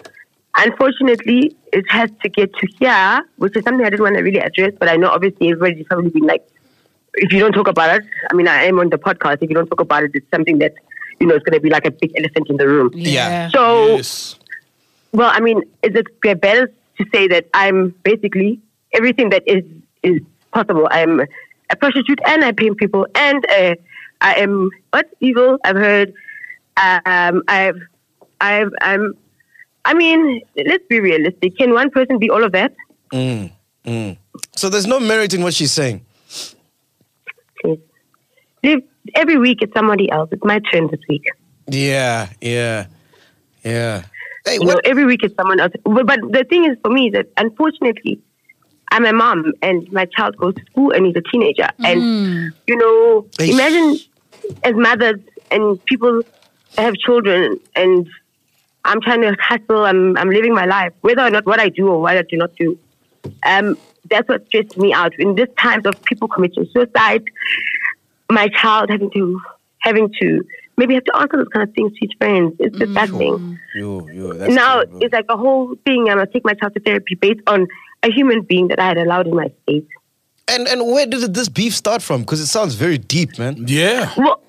Speaker 8: Unfortunately, it has to get to here, which is something I didn't want to really address, but I know obviously everybody's probably been like, if you don't talk about it, I mean, I am on the podcast. If you don't talk about it, it's something that, you know, it's going to be like a big elephant in the room.
Speaker 2: Yeah.
Speaker 8: So,
Speaker 1: Yes.
Speaker 8: well, I mean, is it better to say that I'm basically everything that is is possible? I'm a prostitute and I pimp people and uh, I am what's evil? I've heard. Um, I've, I've, I'm. I mean, let's be realistic. Can one person be all of that?
Speaker 7: Mm. So there's no merit in what she's saying.
Speaker 8: Please. Live every week. It's somebody else. It's my turn this week.
Speaker 7: Yeah, yeah, yeah.
Speaker 5: Hey,
Speaker 8: you know,
Speaker 5: what?
Speaker 8: every week is someone else. But, but the thing is, for me, is that unfortunately, I'm a mom, and my child goes to school, and he's a teenager, and you know,
Speaker 5: Eish.
Speaker 8: imagine as mothers and people have children, and I'm trying to hustle. I'm I'm living my life, whether or not what I do or what I do not do. Um, that's what stressed me out in these times of people committing suicide. My child having to having to maybe have to answer those kind of things to his friends. It's disgusting
Speaker 7: Yo, yo, that's
Speaker 8: now
Speaker 7: terrible.
Speaker 8: it's like a whole thing. I'm gonna take my child to therapy based on a human being that I had allowed in my space.
Speaker 7: and and where did this beef start from? Because it sounds very deep, man.
Speaker 1: Yeah.
Speaker 8: Well,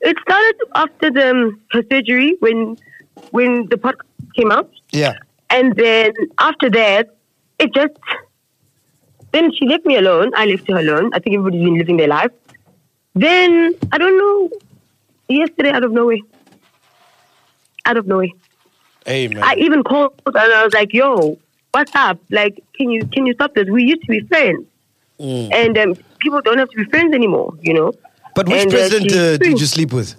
Speaker 8: it started after the um, her surgery when when the podcast came out,
Speaker 5: Yeah.
Speaker 8: and then after that, it just then she left me alone. I left her alone. I think everybody's been living their life. Then I don't know. Yesterday, out of nowhere, out of nowhere.
Speaker 7: Hey, man.
Speaker 8: I even called and I was like, yo, what's up? Like, can you can you stop this? We used to be friends, and um, people don't have to be friends anymore. You know.
Speaker 5: But which
Speaker 8: And, uh,
Speaker 5: president
Speaker 8: she-
Speaker 5: uh, did you sleep with?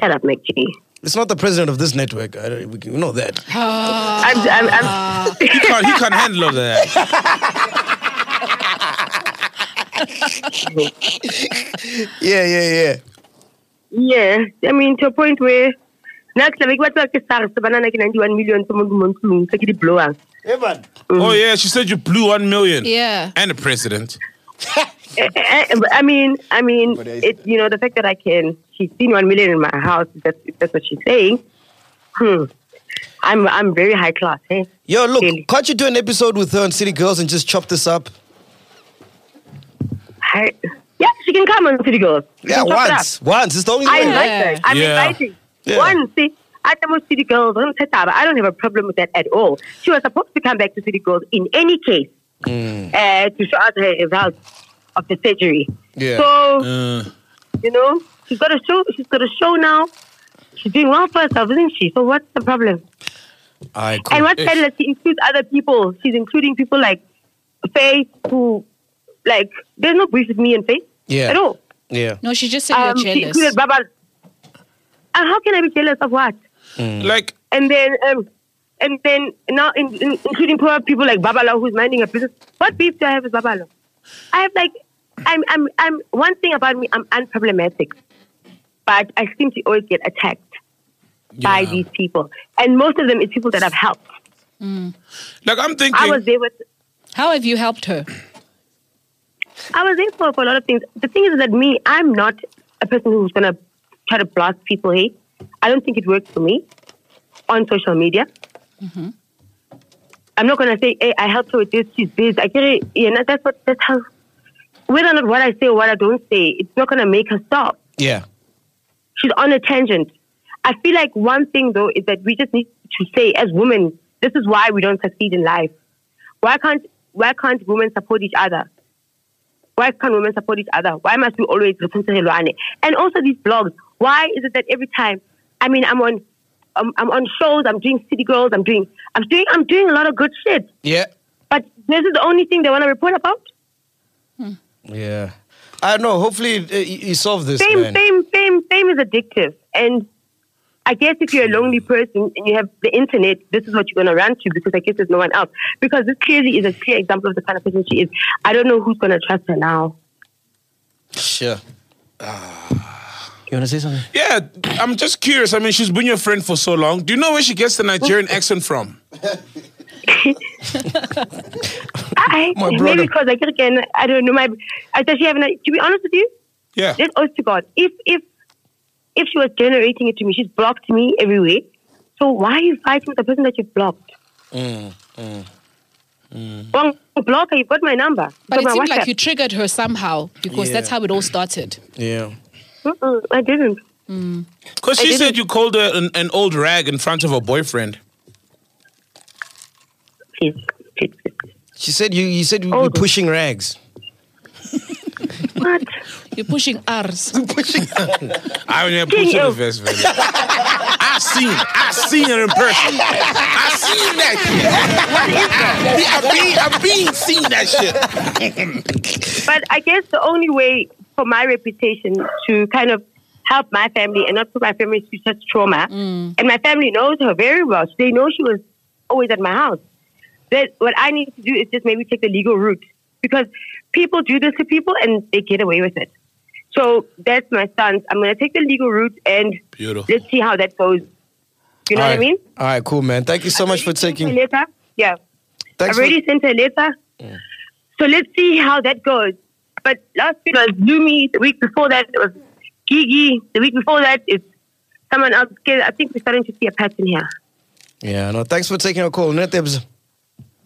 Speaker 8: Shut up, McG.
Speaker 5: It's not the president of this network. I don't, we can- we know that.
Speaker 2: Ah,
Speaker 8: I'm, I'm, I'm,
Speaker 1: He can't, he can't handle all that.
Speaker 5: Yeah, yeah, yeah.
Speaker 8: yeah. I mean, to a point where. Now, like, what's up, SARS? Banana 91 million. Someone who wants to blow us.
Speaker 1: Oh yeah, she said you blew one million.
Speaker 2: Yeah.
Speaker 1: And the president.
Speaker 8: I- I eh, I mean, I mean, it, you know, the fact that I can, she's seen one million in my house. If that's, if that's what she's saying. Hmm. I'm, I'm very high class. Eh?
Speaker 5: Yo, look,
Speaker 8: Really?
Speaker 5: can't you do an episode with her on City Girls and just chop this up?
Speaker 8: I, yeah, she can come on City Girls. She
Speaker 5: Yeah,
Speaker 8: can chop it up.
Speaker 5: once. Once. It's the only
Speaker 8: I
Speaker 5: way.
Speaker 8: invite
Speaker 2: Yeah.
Speaker 8: her. I'm
Speaker 1: Yeah.
Speaker 8: inviting.
Speaker 5: Yeah.
Speaker 8: One, see, I am with City Girls. I'm set up. I don't have a problem with that at all. She was supposed to come back to City Girls in any case
Speaker 5: Mm.
Speaker 8: uh, to show us her results of the surgery.
Speaker 5: Yeah.
Speaker 8: So,
Speaker 1: Uh,
Speaker 8: you know, she's got a show. She's got a show now. She's doing well for herself, isn't she? So what's the problem?
Speaker 5: I
Speaker 8: And what's better that she includes other people. She's including people like Faith, who, like, there's no beef with me and Faith
Speaker 5: Yeah.
Speaker 8: at all.
Speaker 5: Yeah.
Speaker 2: No, she just said
Speaker 8: Um,
Speaker 2: you're
Speaker 8: she
Speaker 2: jealous.
Speaker 8: included Baba. And how can I be jealous of what?
Speaker 1: Like
Speaker 8: and then um, and then now in, in, including poor people like Babala who's minding a business. What beef do I have with Babala? I have like I'm I'm I'm one thing about me I'm unproblematic, but I seem to always get attacked by
Speaker 1: Yeah.
Speaker 8: these people, and most of them is people that I've helped.
Speaker 1: like I'm thinking
Speaker 8: I was there with
Speaker 2: How have you helped her?
Speaker 8: I was there for, for a lot of things. The thing is that me I'm not a person who's gonna try to blast people hate. I don't think it works for me on social media. I'm not gonna say, hey, I helped her with this, she's this. I get it. You know, that's what that's how. Whether or not what I say or what I don't say, it's not gonna make her stop.
Speaker 5: Yeah.
Speaker 8: She's on a tangent. I feel like one thing though is that we just need to say as women, this is why we don't succeed in life. Why can't why can't women support each other? Why can't women support each other? Why must we always return to Helwane? And also these blogs. Why is it that every time? I mean, I'm on, I'm, I'm on shows. I'm doing City Girls. I'm doing, I'm doing, I'm doing a lot of good shit.
Speaker 5: Yeah.
Speaker 8: But this is the only thing they want to report about.
Speaker 5: Yeah. I don't know. Hopefully uh, you you solve this,
Speaker 8: Fame,
Speaker 5: man.
Speaker 8: fame, fame, fame is addictive. And I guess if you're a lonely person and you have the internet, this is what you're going to run to because I guess there's no one else. Because this clearly is a clear example of the kind of person she is. I don't know who's going to trust her now.
Speaker 5: Sure. Ah. You want to say something?
Speaker 1: Yeah, I'm just curious. I mean, she's been your friend for so long. Do you know where she gets the Nigerian accent from?
Speaker 8: I,
Speaker 5: My brother.
Speaker 8: maybe because I get again, I don't know. My, I does she have an? To be honest with you,
Speaker 1: Yeah.
Speaker 8: just oath to God. If if if she was generating it to me, she's blocked me everywhere. So why are you fighting with the person that you've blocked?
Speaker 5: Mm,
Speaker 8: Well, blocker, you've got my number. You've
Speaker 2: But
Speaker 8: got
Speaker 2: it
Speaker 8: my
Speaker 2: seemed like
Speaker 8: WhatsApp.
Speaker 2: you triggered her somehow because that's how it all started.
Speaker 5: Yeah.
Speaker 8: Mm-mm, I didn't.
Speaker 1: Because
Speaker 8: I
Speaker 1: she
Speaker 8: didn't-
Speaker 1: said you called her an, an old rag in front of her boyfriend.
Speaker 8: Please, please, please.
Speaker 5: She said you, you said you were
Speaker 8: Hold on.
Speaker 5: pushing rags.
Speaker 8: What?
Speaker 2: You're pushing R's.
Speaker 1: I mean, I
Speaker 8: King
Speaker 1: put you in the
Speaker 8: of-
Speaker 1: vest, man. I seen, I seen her in person. I seen that shit. What is that? I been, I been seen that shit.
Speaker 8: But I guess the only way for my reputation to kind of help my family and not put my family through such trauma, and my family knows her very well. So they know she was always at my house. That what I need to do is just maybe take the legal route because people do this to people and they get away with it. So that's my stance. I'm going to take the legal route and
Speaker 1: Beautiful.
Speaker 8: let's see how that goes. You know
Speaker 5: All
Speaker 8: what I
Speaker 5: right.
Speaker 8: mean?
Speaker 5: All right, cool, man. Thank you so much for taking.
Speaker 8: Later. Yeah.
Speaker 5: Thanks
Speaker 8: I've
Speaker 5: for-
Speaker 8: already sent her a letter. So let's see how that goes. But last week was Lumi. The week before that it was Gigi. The week before that it's someone else. Okay, I think we're starting to see a pattern here.
Speaker 5: yeah, no. Thanks for taking our call. Net Ebs,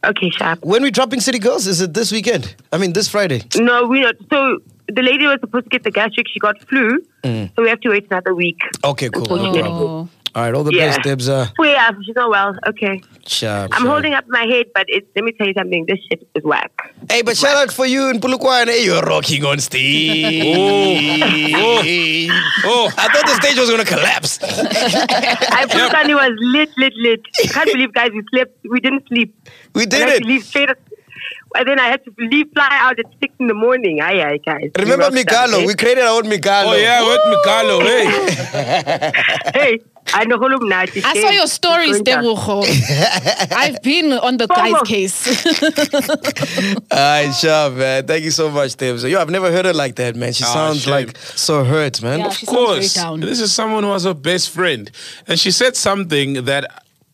Speaker 8: Okay, sharp.
Speaker 5: When we dropping City Girls? Is it this weekend? I mean, this Friday.
Speaker 8: No, we're not. So the
Speaker 5: Mm.
Speaker 8: lady was supposed to get the gastric. She got flu. So we have to wait another week.
Speaker 5: Okay, cool. No problem.
Speaker 2: Oh.
Speaker 5: All right, all the
Speaker 8: Yeah.
Speaker 5: best, uh, Debza.
Speaker 8: Oh, yeah, she's not well. Okay.
Speaker 5: Sharp,
Speaker 8: I'm
Speaker 5: sharp.
Speaker 8: holding up my head, but it's, let me tell you something. This shit is whack.
Speaker 5: Hey, but shout out for you in Pulukwane. Hey, you're rocking on stage.
Speaker 1: Oh,
Speaker 5: I thought the stage was going to collapse.
Speaker 8: I Pulukani was lit, lit, lit. I can't believe, guys, we slept. We didn't sleep.
Speaker 5: We
Speaker 8: I
Speaker 5: did
Speaker 8: had
Speaker 5: it.
Speaker 8: to leave straight. And then I had to leave, fly out at six in the morning. Aye, aye, guys. We
Speaker 5: Remember
Speaker 8: rocked that,
Speaker 5: Migalo?
Speaker 8: eh?
Speaker 5: We created our own Migalo.
Speaker 1: oh yeah, with Mikalo, hey.
Speaker 8: hey, I know Holum Nati.
Speaker 2: I saw your stories, Debucho. I've been on the guy's
Speaker 8: Formal.
Speaker 2: case.
Speaker 5: All right, sharp, man. Thank you so much, Debza. Yo, I've never heard her like that, man. She
Speaker 1: Ah,
Speaker 5: sounds
Speaker 1: shame.
Speaker 5: like so hurt, man.
Speaker 2: Yeah,
Speaker 5: Of
Speaker 2: she
Speaker 1: Of
Speaker 2: sounds very
Speaker 1: course.
Speaker 2: down.
Speaker 1: This is someone who was her best friend. And she said something that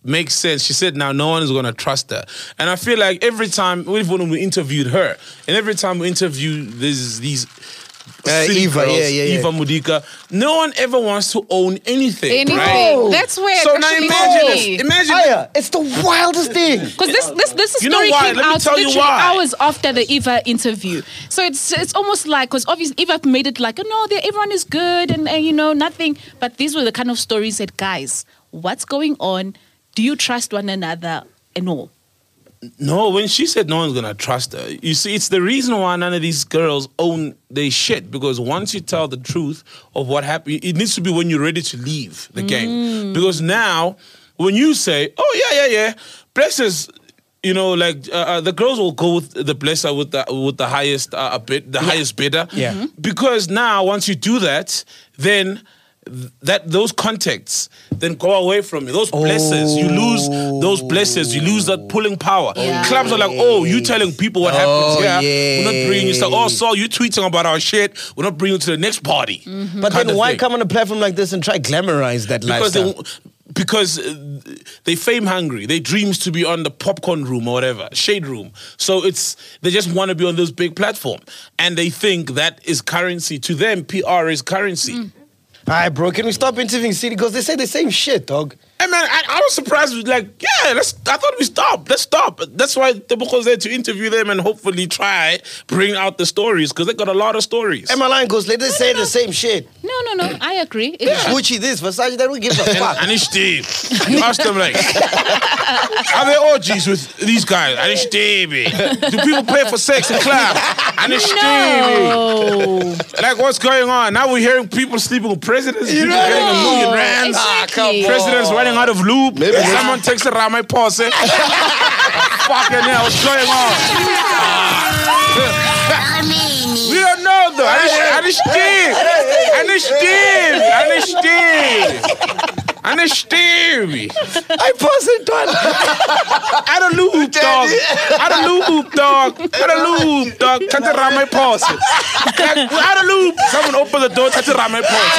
Speaker 1: makes sense. She said now no one is gonna trust her. And I feel like every time even when we interviewed her, and every time we interview these these
Speaker 5: Uh,
Speaker 1: city
Speaker 5: Eva,
Speaker 1: girls,
Speaker 5: yeah, yeah, yeah.
Speaker 1: Eva Mudika. No one ever wants to own anything.
Speaker 2: Anything.
Speaker 1: Right?
Speaker 2: That's where
Speaker 1: So
Speaker 2: it
Speaker 1: now
Speaker 2: actually
Speaker 1: imagine
Speaker 2: got
Speaker 1: if,
Speaker 2: me.
Speaker 1: imagine
Speaker 5: Aya, it's the wildest thing.
Speaker 2: Because this this this
Speaker 1: You know
Speaker 2: story
Speaker 1: why?
Speaker 2: came
Speaker 1: Let me
Speaker 2: out
Speaker 1: tell you
Speaker 2: literally
Speaker 1: why.
Speaker 2: hours after the Eva interview, so it's it's almost like because obviously Eva made it like oh, no, they- everyone is good and, and you know nothing. But these were the kind of stories that guys, what's going on? Do you trust one another and all?
Speaker 1: No, when she said no one's gonna trust her, you see, it's the reason why none of these girls own their shit because once you tell the truth of what happened, it needs to be when you're ready to leave the
Speaker 5: Mm.
Speaker 1: game. Because now, when you say, "Oh yeah, yeah, yeah," blesses, you know, like uh, uh, the girls will go with the blesser with the with the highest uh, uh, bid, the highest bidder.
Speaker 5: Yeah. Mhm.
Speaker 1: Because now, once you do that, then. th- That those contacts then go away from you. Those blessers, you lose those blessers, you lose that pulling power.
Speaker 2: Yeah.
Speaker 1: Clubs are like, oh, you telling people what
Speaker 5: Oh,
Speaker 1: happens here. We're not bringing you stuff. Oh,
Speaker 5: yeah.
Speaker 1: Saul, you tweeting about our shit. We're not bringing you to the next party.
Speaker 5: But
Speaker 1: Kinda
Speaker 5: then why
Speaker 1: thing.
Speaker 5: come on a platform like this and try glamorize that
Speaker 1: Because
Speaker 5: lifestyle?
Speaker 1: they, because uh, they fame hungry. They dreams to be on the popcorn room or whatever shade room. So it's they just want to be on this big platform, and they think that is currency to them. PR is currency.
Speaker 5: All right, bro, can we stop interviewing City? Because they say the same shit, dog.
Speaker 1: Hey man, I, I was surprised. With like, yeah, let's. I thought we stopped. Let's stop. That's why the book was there to interview them and hopefully try bring out the stories because they got a lot of stories.
Speaker 5: And my line goes, let them say the same shit.
Speaker 2: No, no, no. I agree. It-
Speaker 5: Gucci this, Versace that, we give a
Speaker 1: And
Speaker 5: fuck.
Speaker 1: Anishti, you ask them like, are there orgies with these guys? Anishti, do people pay for sex in club? Anishti,
Speaker 2: No.
Speaker 1: like what's going on? Now we're hearing people sleeping with presidents. You
Speaker 2: No.
Speaker 1: getting a million rands.
Speaker 2: Exactly.
Speaker 1: President's running out of lube.
Speaker 3: Maybe they-
Speaker 1: Someone takes it around my pause. eh? Fucking hell, what's going on?
Speaker 4: Barmeni.
Speaker 1: We don't know though. Anishti, Anishti, Anishti, Anishti.
Speaker 5: I pass it, dog.
Speaker 1: I don't lube, dog. I don't lube, dog. I don't lube, dog. Touch around my pulse. I don't lube. Someone open the door, touch around my pulse.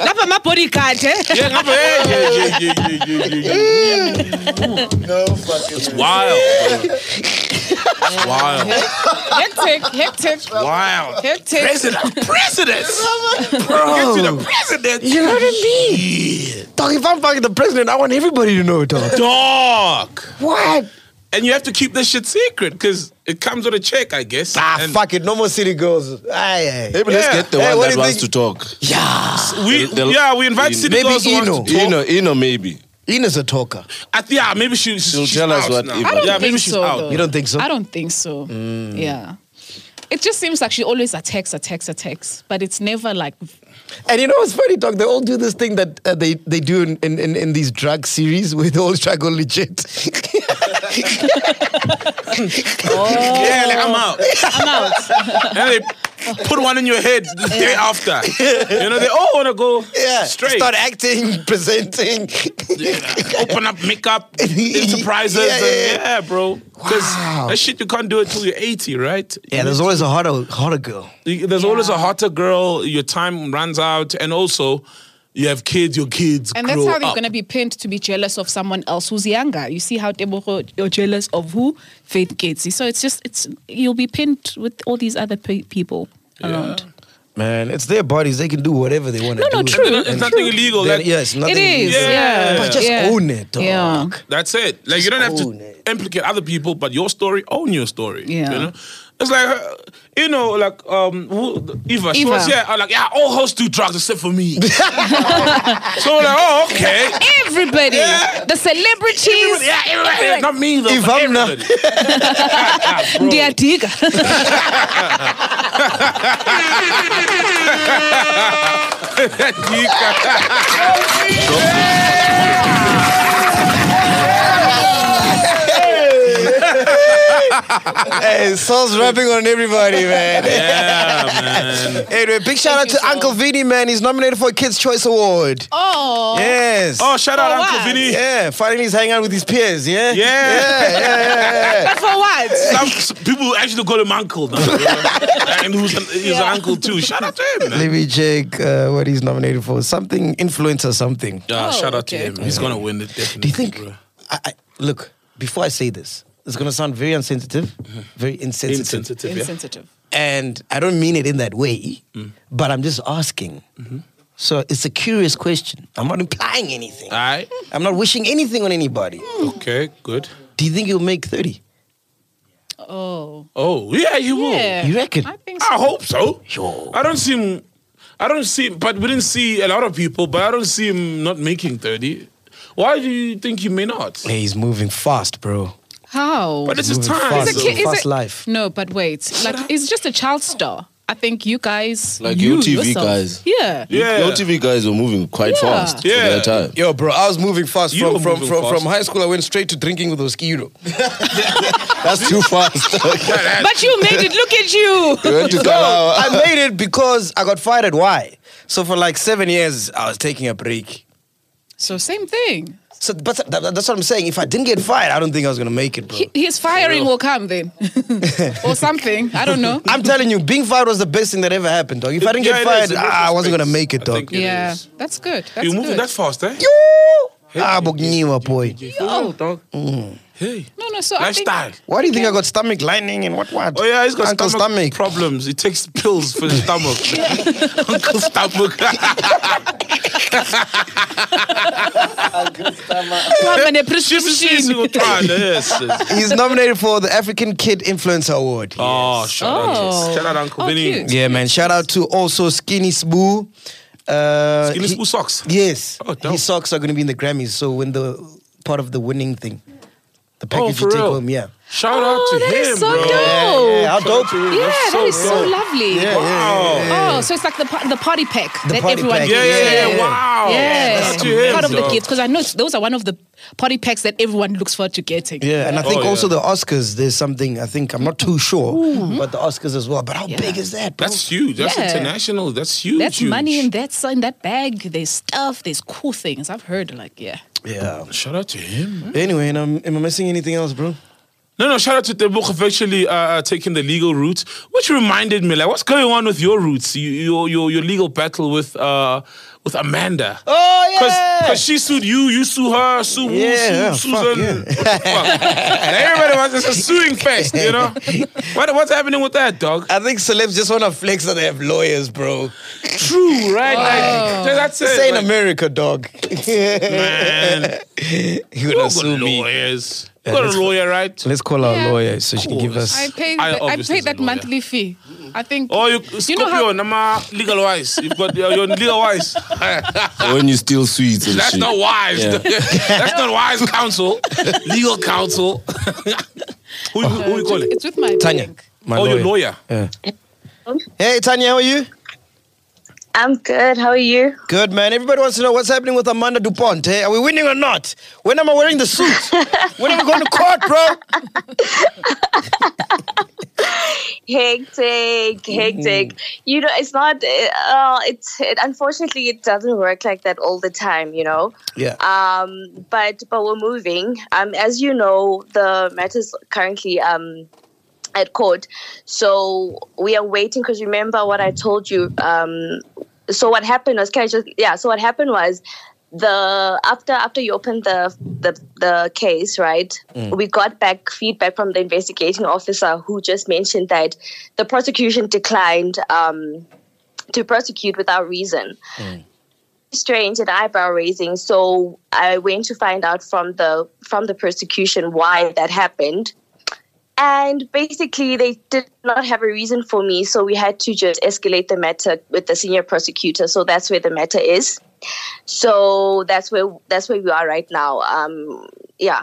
Speaker 2: Lapha my body card, eh?
Speaker 1: Yeah, yeah, yeah, yeah, yeah, yeah, yeah, yeah, yeah. It's wild. bro. It's wild.
Speaker 2: Hectic, hectic,
Speaker 1: Wild.
Speaker 2: hectic.
Speaker 1: President. President. Bro. Get to the president.
Speaker 5: You know what I mean?
Speaker 1: Yeah.
Speaker 5: Dog, if I'm fucking the president, I want everybody to know, dog.
Speaker 1: Dog.
Speaker 5: What?
Speaker 1: And you have to keep this shit secret because it comes with a check, I guess.
Speaker 5: Ah,
Speaker 1: and
Speaker 5: fuck it. No more City girls. Aye, aye.
Speaker 3: Maybe let's get the
Speaker 5: Hey,
Speaker 3: one
Speaker 5: what do
Speaker 3: that
Speaker 5: you
Speaker 3: wants
Speaker 5: think?
Speaker 3: to talk.
Speaker 5: Yeah.
Speaker 1: We,
Speaker 3: The- the-
Speaker 1: yeah, we invite
Speaker 3: Eno.
Speaker 1: city
Speaker 5: Maybe
Speaker 1: girls who want to
Speaker 5: Eno.
Speaker 1: talk.
Speaker 3: Eno, Eno, maybe.
Speaker 5: Ina's a talker.
Speaker 1: I th- yeah, maybe she,
Speaker 3: She'll
Speaker 1: she's
Speaker 3: tell us
Speaker 1: out
Speaker 3: what
Speaker 1: now.
Speaker 3: Eva- I don't
Speaker 1: yeah,
Speaker 2: think
Speaker 1: maybe she's
Speaker 2: so,
Speaker 1: out.
Speaker 2: though.
Speaker 5: You don't think so? Mm.
Speaker 2: I don't think so. Yeah. It just seems like she always attacks, attacks, attacks, but it's never like
Speaker 5: And you know what's funny, dog? They all do this thing that uh, they, they do in, in, in, in these drug series where they all try to go legit.
Speaker 1: Yeah, like
Speaker 5: Oh.
Speaker 1: I'm out.
Speaker 2: I'm out.
Speaker 1: and they put one in your head the day after. You know, they all want to go
Speaker 5: yeah.
Speaker 1: straight.
Speaker 5: Start acting, presenting.
Speaker 1: Open up makeup enterprises.
Speaker 5: Yeah, yeah,
Speaker 1: and-
Speaker 5: yeah.
Speaker 1: yeah, bro. Because
Speaker 5: Wow.
Speaker 1: that shit you can't do it till you're 80, right?
Speaker 5: Yeah, there's always a hotter, hotter girl.
Speaker 1: You- There's always a hotter girl. Your time runs out, and also you have kids. Your kids
Speaker 2: And that's
Speaker 1: grow
Speaker 2: how they're
Speaker 1: up.
Speaker 2: going to be pinned to be jealous of someone else who's younger. You see how Tebogo, you're jealous of who? Faith Gatesy. So it's just, it's you'll be pinned with all these other pe- people around.
Speaker 5: Man, it's their bodies. They can do whatever they want to
Speaker 2: No,
Speaker 5: do.
Speaker 2: no, true.
Speaker 1: It's
Speaker 2: true.
Speaker 1: nothing illegal.
Speaker 5: Then,
Speaker 1: Like,
Speaker 5: yes, nothing.
Speaker 2: It is,
Speaker 1: Yeah.
Speaker 2: yeah.
Speaker 1: But
Speaker 5: just
Speaker 2: yeah.
Speaker 5: own it, dog.
Speaker 2: Yeah.
Speaker 1: That's it. Like you don't have
Speaker 5: own
Speaker 1: to
Speaker 5: it.
Speaker 1: implicate other people, but your story, own your story. You
Speaker 2: Yeah.
Speaker 1: know? It's like, uh, you know, like um, who, Eva, She
Speaker 2: Eva.
Speaker 1: was yeah. I'm like, yeah, all hosts do drugs except for me. so we're like, oh, okay.
Speaker 2: Everybody,
Speaker 1: Yeah.
Speaker 2: the celebrities,
Speaker 1: Everybody- yeah, everybody- not me though. but
Speaker 5: Ivana.
Speaker 1: everybody. Ah, ah, bro.
Speaker 2: they are digger.
Speaker 5: Hey, Saul's rapping on everybody, man.
Speaker 1: yeah, man.
Speaker 5: Anyway, big shout out
Speaker 2: Thank you,
Speaker 5: to Uncle Vinny, man. He's nominated for a Kids' Choice Award.
Speaker 2: Oh,
Speaker 5: Yes.
Speaker 1: Oh, shout out
Speaker 2: Oh,
Speaker 1: Uncle
Speaker 2: wow.
Speaker 1: Vinny.
Speaker 5: yeah, finally he's hanging out with his peers, yeah?
Speaker 1: Yeah.
Speaker 5: Yeah, yeah, yeah, yeah.
Speaker 2: but for what?
Speaker 1: Some s- people actually call him uncle now, you know? and who's an, he's
Speaker 2: Yeah.
Speaker 1: an uncle too. Shout out to him, man.
Speaker 5: Let me check uh, what he's nominated for. Something, influence or something.
Speaker 1: Yeah,
Speaker 2: Oh,
Speaker 1: shout out to
Speaker 2: okay.
Speaker 1: him. He's gonna win it. Definitely,
Speaker 5: Do you think?
Speaker 1: bro.
Speaker 5: I, I, look, before I say this, it's going to sound very insensitive, very insensitive.
Speaker 1: Uh-huh. Insensitive. Yeah?
Speaker 2: Insensitive.
Speaker 5: And I don't mean it in that way, but I'm just asking. So it's a curious question. I'm not implying anything.
Speaker 1: All right.
Speaker 5: I'm not wishing anything on anybody.
Speaker 1: Okay. Good.
Speaker 5: Do you think you'll make 30?
Speaker 2: Oh,
Speaker 1: Oh yeah, you will.
Speaker 2: yeah.
Speaker 5: You reckon?
Speaker 2: I think so.
Speaker 1: I hope so.
Speaker 5: Yo.
Speaker 1: I don't see him. I don't see, but we didn't see a lot of people. But I don't see him not making thirty. Why do you think he may not?
Speaker 5: Hey, he's moving fast, bro.
Speaker 2: How?
Speaker 1: But it's his
Speaker 5: Moving
Speaker 1: time.
Speaker 5: fast.
Speaker 1: though.
Speaker 5: It's a kid- Fast life.
Speaker 2: No, but wait. Like, it's just a child star. I think you guys,
Speaker 3: Like
Speaker 2: you
Speaker 3: UTV
Speaker 2: yourself-
Speaker 3: guys.
Speaker 2: Yeah.
Speaker 1: Yeah.
Speaker 3: Your TV guys were moving quite
Speaker 2: Yeah.
Speaker 3: fast for
Speaker 1: Yeah.
Speaker 3: their time.
Speaker 7: Yo, bro, I was moving fast
Speaker 1: You
Speaker 7: from
Speaker 1: were
Speaker 7: from,
Speaker 1: moving
Speaker 7: from,
Speaker 1: fast.
Speaker 7: from high school. I went straight to drinking with Oskiro.
Speaker 3: That's too fast.
Speaker 2: But you made it. Look at you.
Speaker 7: We went to
Speaker 5: No,
Speaker 7: Galawa.
Speaker 5: I made it because I got fired at Y. So for like seven years, I was taking a break.
Speaker 2: So same thing.
Speaker 5: So, but tha- tha- that's what I'm saying. If I didn't get fired, I don't think I was gonna make it, bro.
Speaker 2: He- His firing will come then, or something. I don't know.
Speaker 5: I'm telling you, being fired was the best thing that ever happened, dog. If I didn't
Speaker 1: Yeah,
Speaker 5: get
Speaker 1: it
Speaker 5: fired,
Speaker 1: is. In
Speaker 5: ah, I wasn't gonna
Speaker 1: retrospect,
Speaker 5: make it,
Speaker 1: I
Speaker 5: dog.
Speaker 1: think it
Speaker 2: yeah,
Speaker 1: is.
Speaker 2: that's good. That's
Speaker 1: You're
Speaker 2: good.
Speaker 1: moving that fast, eh?
Speaker 5: Ah, Bogniwa, boy.
Speaker 1: Yo, dog. Hey,
Speaker 2: no, no. So I think
Speaker 1: lifestyle.
Speaker 5: Why do you think I got stomach lining and what what?
Speaker 1: Oh yeah, he's got
Speaker 5: Uncle
Speaker 1: stomach,
Speaker 5: stomach.
Speaker 1: problems. He takes pills for his stomach. Uncle stomach.
Speaker 2: I'm in a
Speaker 1: Shiver
Speaker 2: prescription.
Speaker 1: sees you trying. Yes. yes.
Speaker 5: He's nominated for the African Kid Influencer Award.
Speaker 1: Oh, shout out,
Speaker 2: Oh.
Speaker 1: shout out, Uncle
Speaker 2: Oh,
Speaker 1: Vinny.
Speaker 2: cute.
Speaker 5: Yeah, man. Shout out to also Skinny Spoo. Uh,
Speaker 1: Skinny
Speaker 5: he-
Speaker 1: school socks.
Speaker 5: Yes.
Speaker 1: Oh, dope.
Speaker 5: His socks are going to be in the Grammys. So when the part of the winning thing, the
Speaker 1: Oh,
Speaker 5: package
Speaker 1: for
Speaker 5: you take
Speaker 1: real?
Speaker 5: home, yeah.
Speaker 1: Shout
Speaker 2: Oh,
Speaker 1: out to
Speaker 2: that
Speaker 1: him,
Speaker 2: is so
Speaker 1: bro.
Speaker 2: dope.
Speaker 5: Yeah, how dope.
Speaker 2: Yeah, that is
Speaker 1: so
Speaker 2: so
Speaker 1: dope.
Speaker 2: lovely.
Speaker 1: Wow.
Speaker 2: Oh, so it's like the pa- the party pack
Speaker 5: The
Speaker 2: that
Speaker 5: party
Speaker 2: everyone
Speaker 5: pack.
Speaker 2: gets.
Speaker 1: Yeah, yeah, yeah,
Speaker 5: Yeah.
Speaker 1: Wow.
Speaker 5: Oh,
Speaker 2: Yeah,
Speaker 1: Shout out to him,
Speaker 2: part of the
Speaker 1: dog.
Speaker 2: kids because I know it's- those are one of the party packs that everyone looks forward to getting.
Speaker 5: Yeah, and I
Speaker 1: Oh,
Speaker 5: think
Speaker 1: yeah.
Speaker 5: also the Oscars, there's something, I think, I'm not too sure, but the Oscars as well. But how
Speaker 2: Yeah.
Speaker 5: big is that, bro?
Speaker 1: That's huge. That's
Speaker 2: Yeah.
Speaker 1: international. That's huge.
Speaker 2: That's
Speaker 1: huge.
Speaker 2: money in that in that bag. There's stuff. There's cool things. I've heard like yeah.
Speaker 5: yeah.
Speaker 1: Shout out to him.
Speaker 5: Anyway, and I'm, am I missing anything else, bro?
Speaker 1: No, no. Shout out to the book of actually uh, uh, taking the legal route, which reminded me, like, what's going on with your roots? You, your, your, your legal battle with uh, with Amanda.
Speaker 5: Oh, yeah.
Speaker 1: Because she sued you, you sue her, sue Wu,
Speaker 5: Yeah,
Speaker 1: sue
Speaker 5: fuck,
Speaker 1: Susan. What the fuck? Everybody wants it's a suing fest, you know? What, what's happening with that, dog?
Speaker 5: I think celebs just want to flex that they have lawyers, bro.
Speaker 1: True, right? Like, that's it.
Speaker 5: Say in
Speaker 1: like,
Speaker 5: America, dog.
Speaker 1: man.
Speaker 5: He would
Speaker 1: Don't
Speaker 5: assume
Speaker 1: go
Speaker 5: me.
Speaker 1: lawyers.
Speaker 5: Yeah,
Speaker 1: got
Speaker 5: let's-
Speaker 1: a lawyer, right?
Speaker 5: Let's call our
Speaker 2: Yeah.
Speaker 5: lawyer so she can give
Speaker 1: course.
Speaker 5: us.
Speaker 2: I paid.
Speaker 1: I
Speaker 2: I,
Speaker 1: obviously
Speaker 2: paid that
Speaker 1: is a lawyer.
Speaker 2: monthly fee. I think.
Speaker 1: Oh, you, Scorpio, nama legal wise. You've got your, your legal wise.
Speaker 3: when you steal sweets and
Speaker 1: That's
Speaker 3: shit.
Speaker 1: not wise.
Speaker 3: Yeah.
Speaker 1: That's not wise counsel. Legal counsel. who, who, who you calling?
Speaker 2: It's with my
Speaker 5: Tanya.
Speaker 2: bank.
Speaker 5: Oh, My
Speaker 1: Oh, your lawyer.
Speaker 5: Yeah. Hey, Tanya, how are you?
Speaker 9: I'm good. How are you?
Speaker 5: Good, man. Everybody wants to know what's happening with Amanda DuPont. eh? Are we winning or not? When am I wearing the suit? when am I going to court, bro?
Speaker 9: Hectic, hectic. You know, it's not. Uh, it's it, unfortunately it doesn't work like that all the time. You know.
Speaker 5: Yeah.
Speaker 9: Um. But but we're moving. Um. As you know, the matter's currently um at court, so we are waiting. Because remember what I told you. Um. So what happened was, can I just yeah? So what happened was. the after after you opened the the, the case, right? We got back feedback from the investigating officer who just mentioned that the prosecution declined um, to prosecute without reason. Strange and eyebrow raising. So I went to find out from the from the prosecution why that happened. And basically, they did not have a reason for me, so we had to just escalate the matter with the senior prosecutor. So that's where the matter is. So that's where that's where we are right now. Um, yeah.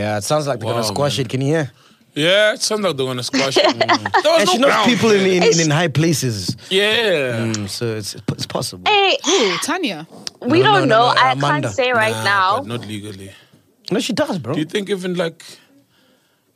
Speaker 5: Yeah, it sounds like they're gonna
Speaker 1: Wow,
Speaker 5: squash it. Can you hear?
Speaker 1: Yeah, it sounds like they're gonna squash it. Mm. There was
Speaker 5: And
Speaker 1: no
Speaker 5: she knows
Speaker 1: ground.
Speaker 5: people in, in, in, in high places,
Speaker 1: Yeah.
Speaker 5: Mm, so it's it's possible.
Speaker 9: Hey,
Speaker 2: Ooh, Tanya.
Speaker 9: we
Speaker 5: No,
Speaker 9: don't
Speaker 5: no, no,
Speaker 9: know.
Speaker 5: no,
Speaker 9: I
Speaker 5: Amanda.
Speaker 9: can't say right
Speaker 1: Nah,
Speaker 9: now.
Speaker 1: but not legally.
Speaker 5: No, she does, bro.
Speaker 1: Do you think even like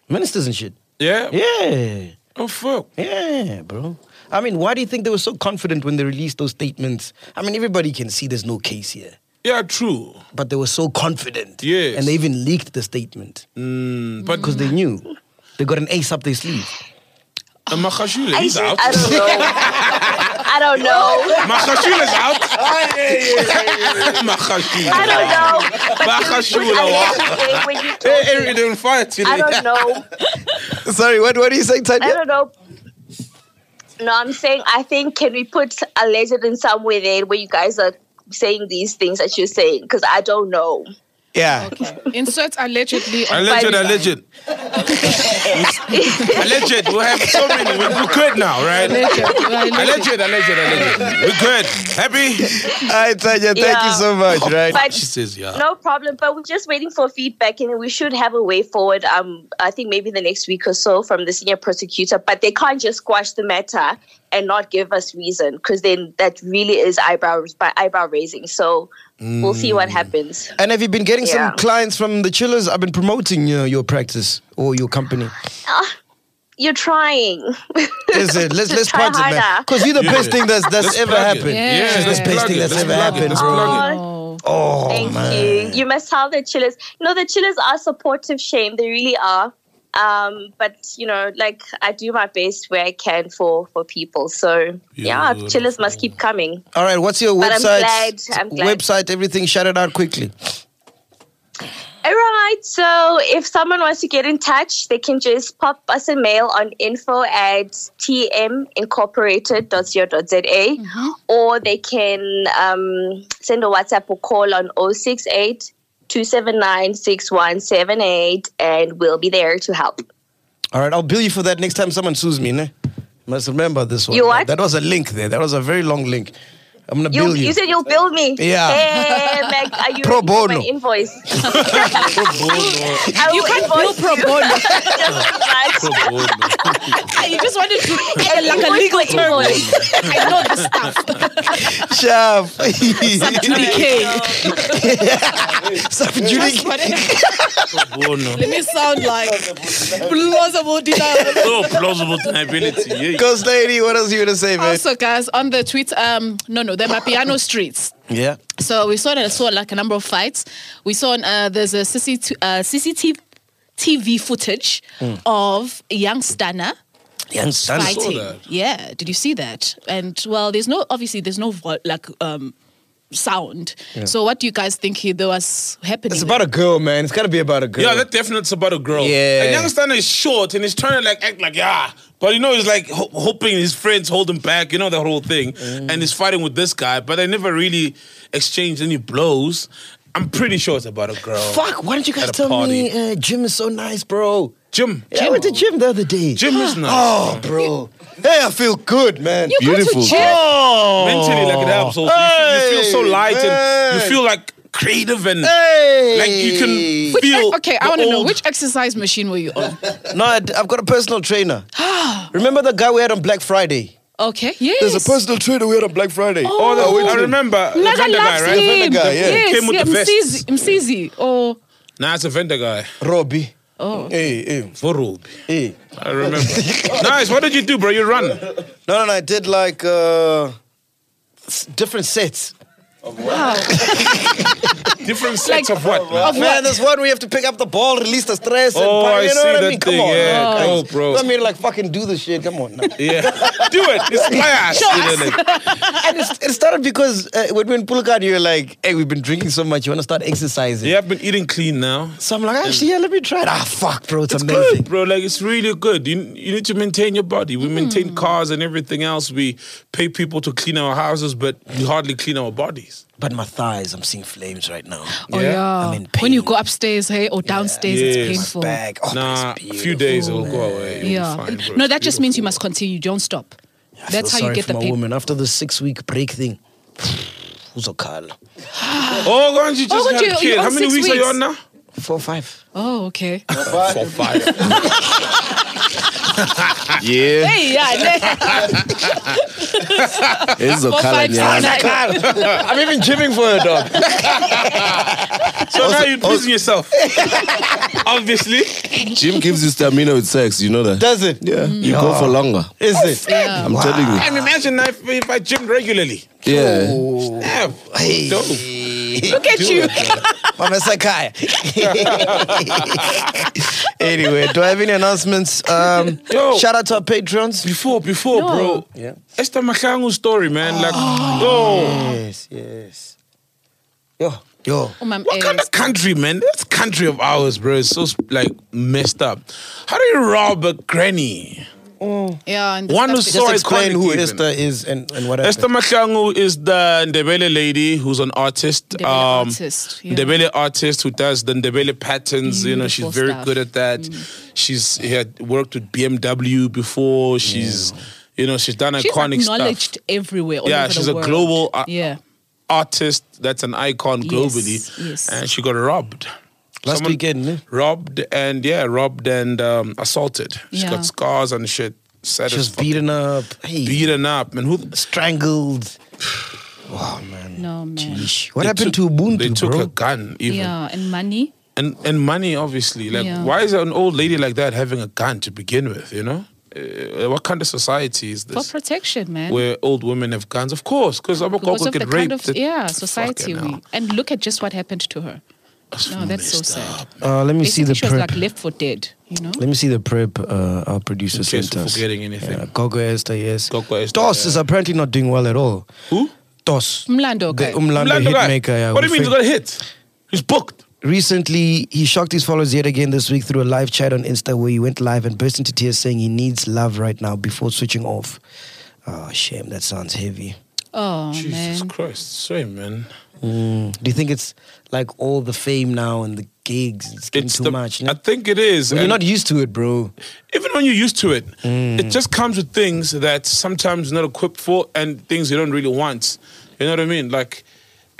Speaker 5: Ministers and shit.
Speaker 1: yeah?
Speaker 5: Yeah,
Speaker 1: Oh fuck.
Speaker 5: yeah, bro. I mean, why do you think they were so confident when they released those statements? I mean, everybody can see there's no case here,
Speaker 1: Yeah, true.
Speaker 5: but they were so confident.
Speaker 1: Yes.
Speaker 5: And they even leaked the statement
Speaker 1: Mm, but
Speaker 5: because they knew. They got an ace up their sleeve.
Speaker 1: Makashule,
Speaker 9: I,
Speaker 1: he's out.
Speaker 9: I don't know. I don't know.
Speaker 1: Makashule's out.
Speaker 9: Oh,
Speaker 1: Makashule.
Speaker 9: I don't know.
Speaker 1: Makashule.
Speaker 9: I, think when you talk-
Speaker 1: Hey, Henry, they're on fire today.
Speaker 9: I don't know.
Speaker 5: Sorry, what, what do you say,
Speaker 9: I
Speaker 5: Tanya?
Speaker 9: don't know. No, I'm saying I think can we put a legend in somewhere there where you guys are saying these things that you're saying because I don't know.
Speaker 5: Yeah.
Speaker 2: Okay. Insert allegedly. on
Speaker 1: Alleged,
Speaker 2: Friday.
Speaker 1: alleged. alleged. We have so many. We're, we're good now, right? Alleged, alleged, alleged. We're good. Happy?
Speaker 5: All right, Tanya, thank
Speaker 9: Yeah.
Speaker 5: you so much, right?
Speaker 9: But
Speaker 1: She says, yeah.
Speaker 9: no problem. But we're just waiting for feedback and we should have a way forward. Um, I think maybe the next week or so from the senior prosecutor. But they can't just squash the matter and not give us reason because then that really is eyebrows by eyebrow raising. So we'll see what happens.
Speaker 5: And have you been getting
Speaker 9: Yeah.
Speaker 5: some clients from the chillers? I've been promoting uh, your practice or your company.
Speaker 9: You're trying.
Speaker 5: Listen, let's let's
Speaker 9: Try
Speaker 5: punch it, man.
Speaker 9: harder.
Speaker 5: Because you're the
Speaker 1: Yeah.
Speaker 5: best thing that's that's
Speaker 1: Let's
Speaker 5: ever
Speaker 1: plug it.
Speaker 5: happened.
Speaker 2: Yeah.
Speaker 5: She's
Speaker 2: Let's
Speaker 5: the best
Speaker 1: plug
Speaker 5: thing
Speaker 1: it.
Speaker 5: that's
Speaker 1: Let's
Speaker 5: ever
Speaker 1: plug it.
Speaker 5: happened,
Speaker 1: Let's
Speaker 5: bro.
Speaker 1: plug it.
Speaker 2: Oh.
Speaker 5: Oh
Speaker 9: Thank
Speaker 5: man.
Speaker 9: you. You must tell the chillers. No, the chillers are supportive, Shame. They really are. Um, but you know, like I do my best where I can for for people. So yeah, chillers must keep coming.
Speaker 5: All right, what's your
Speaker 9: But I'm
Speaker 5: website?
Speaker 9: glad, I'm glad.
Speaker 5: Website, everything. Shout it out quickly.
Speaker 9: All right. So if someone wants to get in touch, they can just pop us a mail on info at tmincorporated.co.za
Speaker 2: Uh-huh.
Speaker 9: or they can um, send a WhatsApp or call on 068 279 6178 and we'll be there to help.
Speaker 5: All right, I'll bill you for that next time someone sues me. Ne? Must remember this one.
Speaker 9: You what?
Speaker 5: That was a link there. That was a very long link. I'm gonna
Speaker 9: You,
Speaker 5: bill you.
Speaker 9: you said you'll bill me.
Speaker 5: Yeah.
Speaker 9: Hey, Meg, are you
Speaker 5: Pro
Speaker 9: ready for
Speaker 5: bono.
Speaker 9: my invoice? I will
Speaker 2: Oh, You can't bill
Speaker 9: invoice
Speaker 2: pro
Speaker 9: you.
Speaker 2: bono.
Speaker 9: Just
Speaker 1: Oh,
Speaker 9: like-
Speaker 1: God, man.
Speaker 2: You just wanted to
Speaker 9: And
Speaker 2: like a
Speaker 9: invoice
Speaker 2: legal
Speaker 9: for
Speaker 2: term.
Speaker 9: invoice.
Speaker 2: I know the stuff.
Speaker 5: Sharp.
Speaker 2: Okay.
Speaker 5: Subjudic-
Speaker 1: Oh, no.
Speaker 2: Let me sound like plausible denial.
Speaker 1: So plausible deniability. Yeah.
Speaker 5: Ghost lady, what else you gonna say, man?
Speaker 2: Also, guys, on the tweet, um, no, no, the Mapiano streets.
Speaker 5: Yeah.
Speaker 2: So we saw that saw like a number of fights. We saw uh, there's a CCT, uh, CCTV TV footage
Speaker 5: Hmm.
Speaker 2: of a young Stana
Speaker 5: Young son.
Speaker 2: fighting.
Speaker 1: that.
Speaker 2: Yeah, did you see that? And well, there's no obviously there's no vo- like um sound. So what do you guys think he, there was happening?
Speaker 5: It's about a girl, man. It's gotta be about a girl.
Speaker 1: Yeah, that definitely it's about a girl.
Speaker 5: Yeah.
Speaker 1: And young Stunner is short and he's trying to like act like yeah, but you know he's like ho- hoping his friends hold him back. You know that whole thing,
Speaker 5: Mm.
Speaker 1: and he's fighting with this guy, but they never really exchanged any blows. I'm pretty sure it's about a girl.
Speaker 5: Fuck, why don't you guys
Speaker 1: At a
Speaker 5: tell
Speaker 1: party.
Speaker 5: me uh, gym is so nice, bro?
Speaker 1: Jim.
Speaker 5: Yeah, I went to gym the other day.
Speaker 1: Jim is nice.
Speaker 5: Oh, bro. Hey, I feel good, man.
Speaker 2: You go to Beautiful. gym?
Speaker 5: Oh.
Speaker 1: Mentally, like it helps. Also, You feel- you, feel,
Speaker 5: Hey,
Speaker 1: so light and
Speaker 5: man.
Speaker 1: you feel like creative and
Speaker 5: Hey.
Speaker 1: like you can
Speaker 2: which,
Speaker 1: feel.
Speaker 2: okay, I
Speaker 1: the
Speaker 2: want to know
Speaker 1: old-
Speaker 2: which exercise machine were you on?
Speaker 5: No, I, have got a personal trainer. Remember the guy we had on Black Friday?
Speaker 2: Okay, yes.
Speaker 5: There's a personal trainer we had on Black Friday.
Speaker 1: Oh,
Speaker 5: I went
Speaker 1: I
Speaker 5: to-
Speaker 1: remember. the
Speaker 2: Naga
Speaker 1: vendor guy,
Speaker 2: loves
Speaker 1: right?
Speaker 2: him.
Speaker 5: vendor guy, yeah.
Speaker 2: Yes,
Speaker 1: Came with
Speaker 2: yeah,
Speaker 1: the vests.
Speaker 2: Msizi, Msizi, or
Speaker 1: Nah, it's a vendor guy.
Speaker 5: Robbie.
Speaker 2: oh,
Speaker 5: Hey, hey,
Speaker 1: For Ruby.
Speaker 5: hey.
Speaker 1: I remember. nice. What did you do, bro? You run.
Speaker 5: No, no, no. I did like uh, s- different sets.
Speaker 2: wow.
Speaker 1: Different sets of what? man?
Speaker 5: man, there's one where you have to pick up the ball, release the stress.
Speaker 1: Oh,
Speaker 5: and,
Speaker 1: I
Speaker 5: you know
Speaker 1: see
Speaker 5: what I
Speaker 1: that
Speaker 5: mean?
Speaker 1: thing,
Speaker 5: Come on,
Speaker 1: yeah.
Speaker 5: man,
Speaker 1: Oh,
Speaker 5: guys.
Speaker 1: bro.
Speaker 5: You know what I mean, like fucking do this shit. Come on. now.
Speaker 1: Yeah. Do it. Inspire us. You know, like-
Speaker 5: and it's, it started because uh, when we were in Pulukad, you were like, "Hey, we've been drinking so much. You want to start exercising?"
Speaker 1: Yeah, I've been eating clean now.
Speaker 5: So I'm like, actually, yeah, let me try it. Ah, fuck, bro, it's,
Speaker 1: It's
Speaker 5: amazing.
Speaker 1: good, bro. Like it's really good. You, you need to maintain your body. We
Speaker 2: Hmm.
Speaker 1: maintain cars and everything else. We pay people to clean our houses, but we hardly clean our bodies.
Speaker 7: But my thighs, I'm seeing flames right now.
Speaker 2: Oh
Speaker 1: Yeah.
Speaker 2: yeah.
Speaker 7: I'm in
Speaker 2: When you
Speaker 7: pain.
Speaker 2: go upstairs, hey, or downstairs,
Speaker 1: Yes.
Speaker 2: it's painful.
Speaker 7: Bag. Oh,
Speaker 1: nah,
Speaker 7: that's
Speaker 1: a few days it will go
Speaker 7: beautiful, man.
Speaker 1: away. You'll be
Speaker 2: Yeah.
Speaker 1: fine, bro.
Speaker 2: no,
Speaker 1: It's
Speaker 2: that just means you
Speaker 1: beautiful.
Speaker 2: must continue. Don't stop.
Speaker 7: I feel
Speaker 2: That's how you
Speaker 7: sorry
Speaker 2: get
Speaker 7: for
Speaker 2: the
Speaker 7: my
Speaker 2: pain.
Speaker 7: woman after the six week break thing. Uzokhala.
Speaker 1: Oh, God, you just
Speaker 2: God,
Speaker 1: had
Speaker 2: you-
Speaker 1: a
Speaker 2: you're
Speaker 1: kid.
Speaker 2: on
Speaker 1: How many
Speaker 2: six
Speaker 1: weeks, are you
Speaker 2: weeks.
Speaker 1: on now?
Speaker 7: Four five.
Speaker 2: Oh, okay.
Speaker 1: For five.
Speaker 3: Yeah,
Speaker 2: hey, yeah.
Speaker 3: it's
Speaker 2: Four,
Speaker 3: Zokala
Speaker 2: five,
Speaker 3: nyana.
Speaker 2: six, nine.
Speaker 7: I'm even gymming for her, dog.
Speaker 1: so now you're pleasing yourself. Obviously.
Speaker 3: Jim gives you stamina with sex. You know that.
Speaker 7: Does it?
Speaker 3: yeah,
Speaker 1: Mm.
Speaker 3: you go for longer.
Speaker 7: Is it?
Speaker 2: Yeah.
Speaker 3: I'm telling you.
Speaker 1: And imagine if, if I gym regularly.
Speaker 3: Yeah.
Speaker 1: Damn. Dope.
Speaker 2: Look at you.
Speaker 7: Mama Sakaya.
Speaker 5: anyway, do I have any announcements? Um,
Speaker 1: Yo.
Speaker 5: shout out to our patrons.
Speaker 1: Before, before,
Speaker 2: No. Oh,
Speaker 1: bro. Yeah. Esther Makangu's story, man. Like, yo,
Speaker 7: yes, yes. Yo,
Speaker 5: Yo,
Speaker 2: Oh, my
Speaker 1: what kind
Speaker 2: ass.
Speaker 1: of country, man? This country of ours, bro, is so like messed up. How do you rob a granny?
Speaker 2: eh, Yeah. And
Speaker 1: One who
Speaker 2: stuff-
Speaker 1: saw
Speaker 7: just
Speaker 1: it
Speaker 7: explain who
Speaker 1: chronically,
Speaker 7: Esther is and, and what
Speaker 1: Esther Makangu is the Ndebele lady who's an artist. um,
Speaker 2: Ndebele artist, yeah.
Speaker 1: Ndebele artist who does the Ndebele patterns. you know, she's
Speaker 2: Beautiful
Speaker 1: very
Speaker 2: stuff. Mm.
Speaker 1: good at that. She's had worked with BMW before. She's, you know, she's done
Speaker 2: She's
Speaker 1: iconic
Speaker 2: acknowledged
Speaker 1: stuff.
Speaker 2: everywhere. all
Speaker 1: Yeah,
Speaker 2: over the
Speaker 1: she's a
Speaker 2: world.
Speaker 1: global, uh,
Speaker 2: yeah.
Speaker 1: artist that's an icon globally,
Speaker 2: yes.
Speaker 1: and she got robbed.
Speaker 7: Last
Speaker 1: Someone
Speaker 7: weekend, eh? ne?
Speaker 1: robbed and yeah, robbed and um, assaulted. She
Speaker 2: Yeah.
Speaker 1: got scars and shit. Sad
Speaker 7: She
Speaker 1: as
Speaker 7: was
Speaker 1: fuck.
Speaker 7: beaten up, hey,
Speaker 1: beaten up, and who?
Speaker 7: strangled. Wow, man.
Speaker 2: No man.
Speaker 7: Yeesh.
Speaker 5: what
Speaker 1: they
Speaker 5: happened
Speaker 1: took-
Speaker 5: to Ubuntu,
Speaker 1: They took
Speaker 5: bro?
Speaker 1: a gun, even
Speaker 2: Yeah, and money.
Speaker 1: and and money, obviously. Like,
Speaker 2: Yeah.
Speaker 1: why is an old lady like that having a gun to begin with? You know, uh, what kind of society is
Speaker 2: For
Speaker 1: this?
Speaker 2: protection, man.
Speaker 1: Where old women have guns, of course, because I'm
Speaker 2: because of the
Speaker 1: get
Speaker 2: kind
Speaker 1: raped.
Speaker 2: of yeah society
Speaker 1: Fucking
Speaker 2: we
Speaker 1: hell.
Speaker 2: and look at just what happened to her. No, that's so
Speaker 1: messed
Speaker 2: sad.
Speaker 7: Uh, let me
Speaker 2: Basically,
Speaker 7: see
Speaker 2: she
Speaker 7: the
Speaker 2: was
Speaker 7: prep.
Speaker 2: like left for dead. You know.
Speaker 7: Let me see the prep uh, our producer
Speaker 1: In case
Speaker 7: sent
Speaker 1: we're
Speaker 7: us.
Speaker 1: forgetting anything.
Speaker 7: Yeah, Gogo Esther, yes.
Speaker 1: Gogo Esther,
Speaker 7: Dos
Speaker 1: yeah.
Speaker 7: is apparently not doing well at all.
Speaker 1: Who?
Speaker 7: Dos.
Speaker 2: Mlando
Speaker 7: The um
Speaker 2: guy.
Speaker 7: Umlando
Speaker 1: Orlando guy.
Speaker 7: hitmaker. Yeah,
Speaker 1: what do
Speaker 7: who
Speaker 1: you mean he
Speaker 7: fake-
Speaker 1: got hit? He's booked.
Speaker 5: Recently, he shocked his followers yet again this week through a live chat on Insta where he went live and burst into tears saying he needs love right now before switching off. Oh, shame. That sounds heavy.
Speaker 2: Oh
Speaker 1: Jesus
Speaker 2: man.
Speaker 1: Christ, shame, man.
Speaker 7: Do you think it's like all the fame now and the gigs? It's getting
Speaker 1: It's
Speaker 7: too
Speaker 1: the,
Speaker 7: much.
Speaker 1: I
Speaker 7: No?
Speaker 1: think it is.
Speaker 7: When you're
Speaker 1: and
Speaker 7: not Mm. used to it, bro.
Speaker 1: even when you're used to it, it just comes with things that sometimes you're not equipped for and things you don't really want. You know what I mean? Like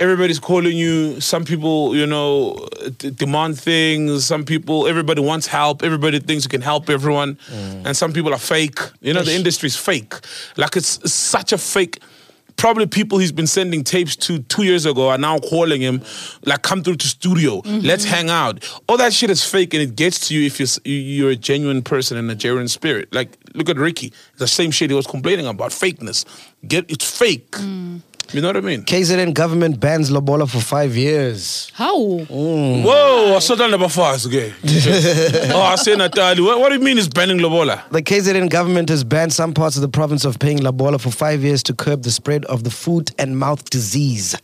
Speaker 1: everybody's calling you. Some people, you know, d- demand things. Some people, everybody wants help. Everybody thinks you can help everyone,
Speaker 7: Mm.
Speaker 1: and some people are fake. You know, the industry's fake. Like it's, it's such a fake. Probably people he's been sending tapes to two years ago are now calling him, like, come through to studio, let's hang out. All that shit is fake and it gets to you if you're, s- you- you're a genuine person and a genuine spirit. Like, look at Ricky, the same shit he was complaining about fakeness. Get It's fake. You know what I mean?
Speaker 5: KZN government bans Lobola for five years.
Speaker 2: How?
Speaker 1: Whoa, I saw that number fast. Okay. oh, I say Natali. What, what do you mean it's banning Lobola?
Speaker 5: The KZN government has banned some parts of the province of paying Labola for five years to curb the spread of the foot and mouth disease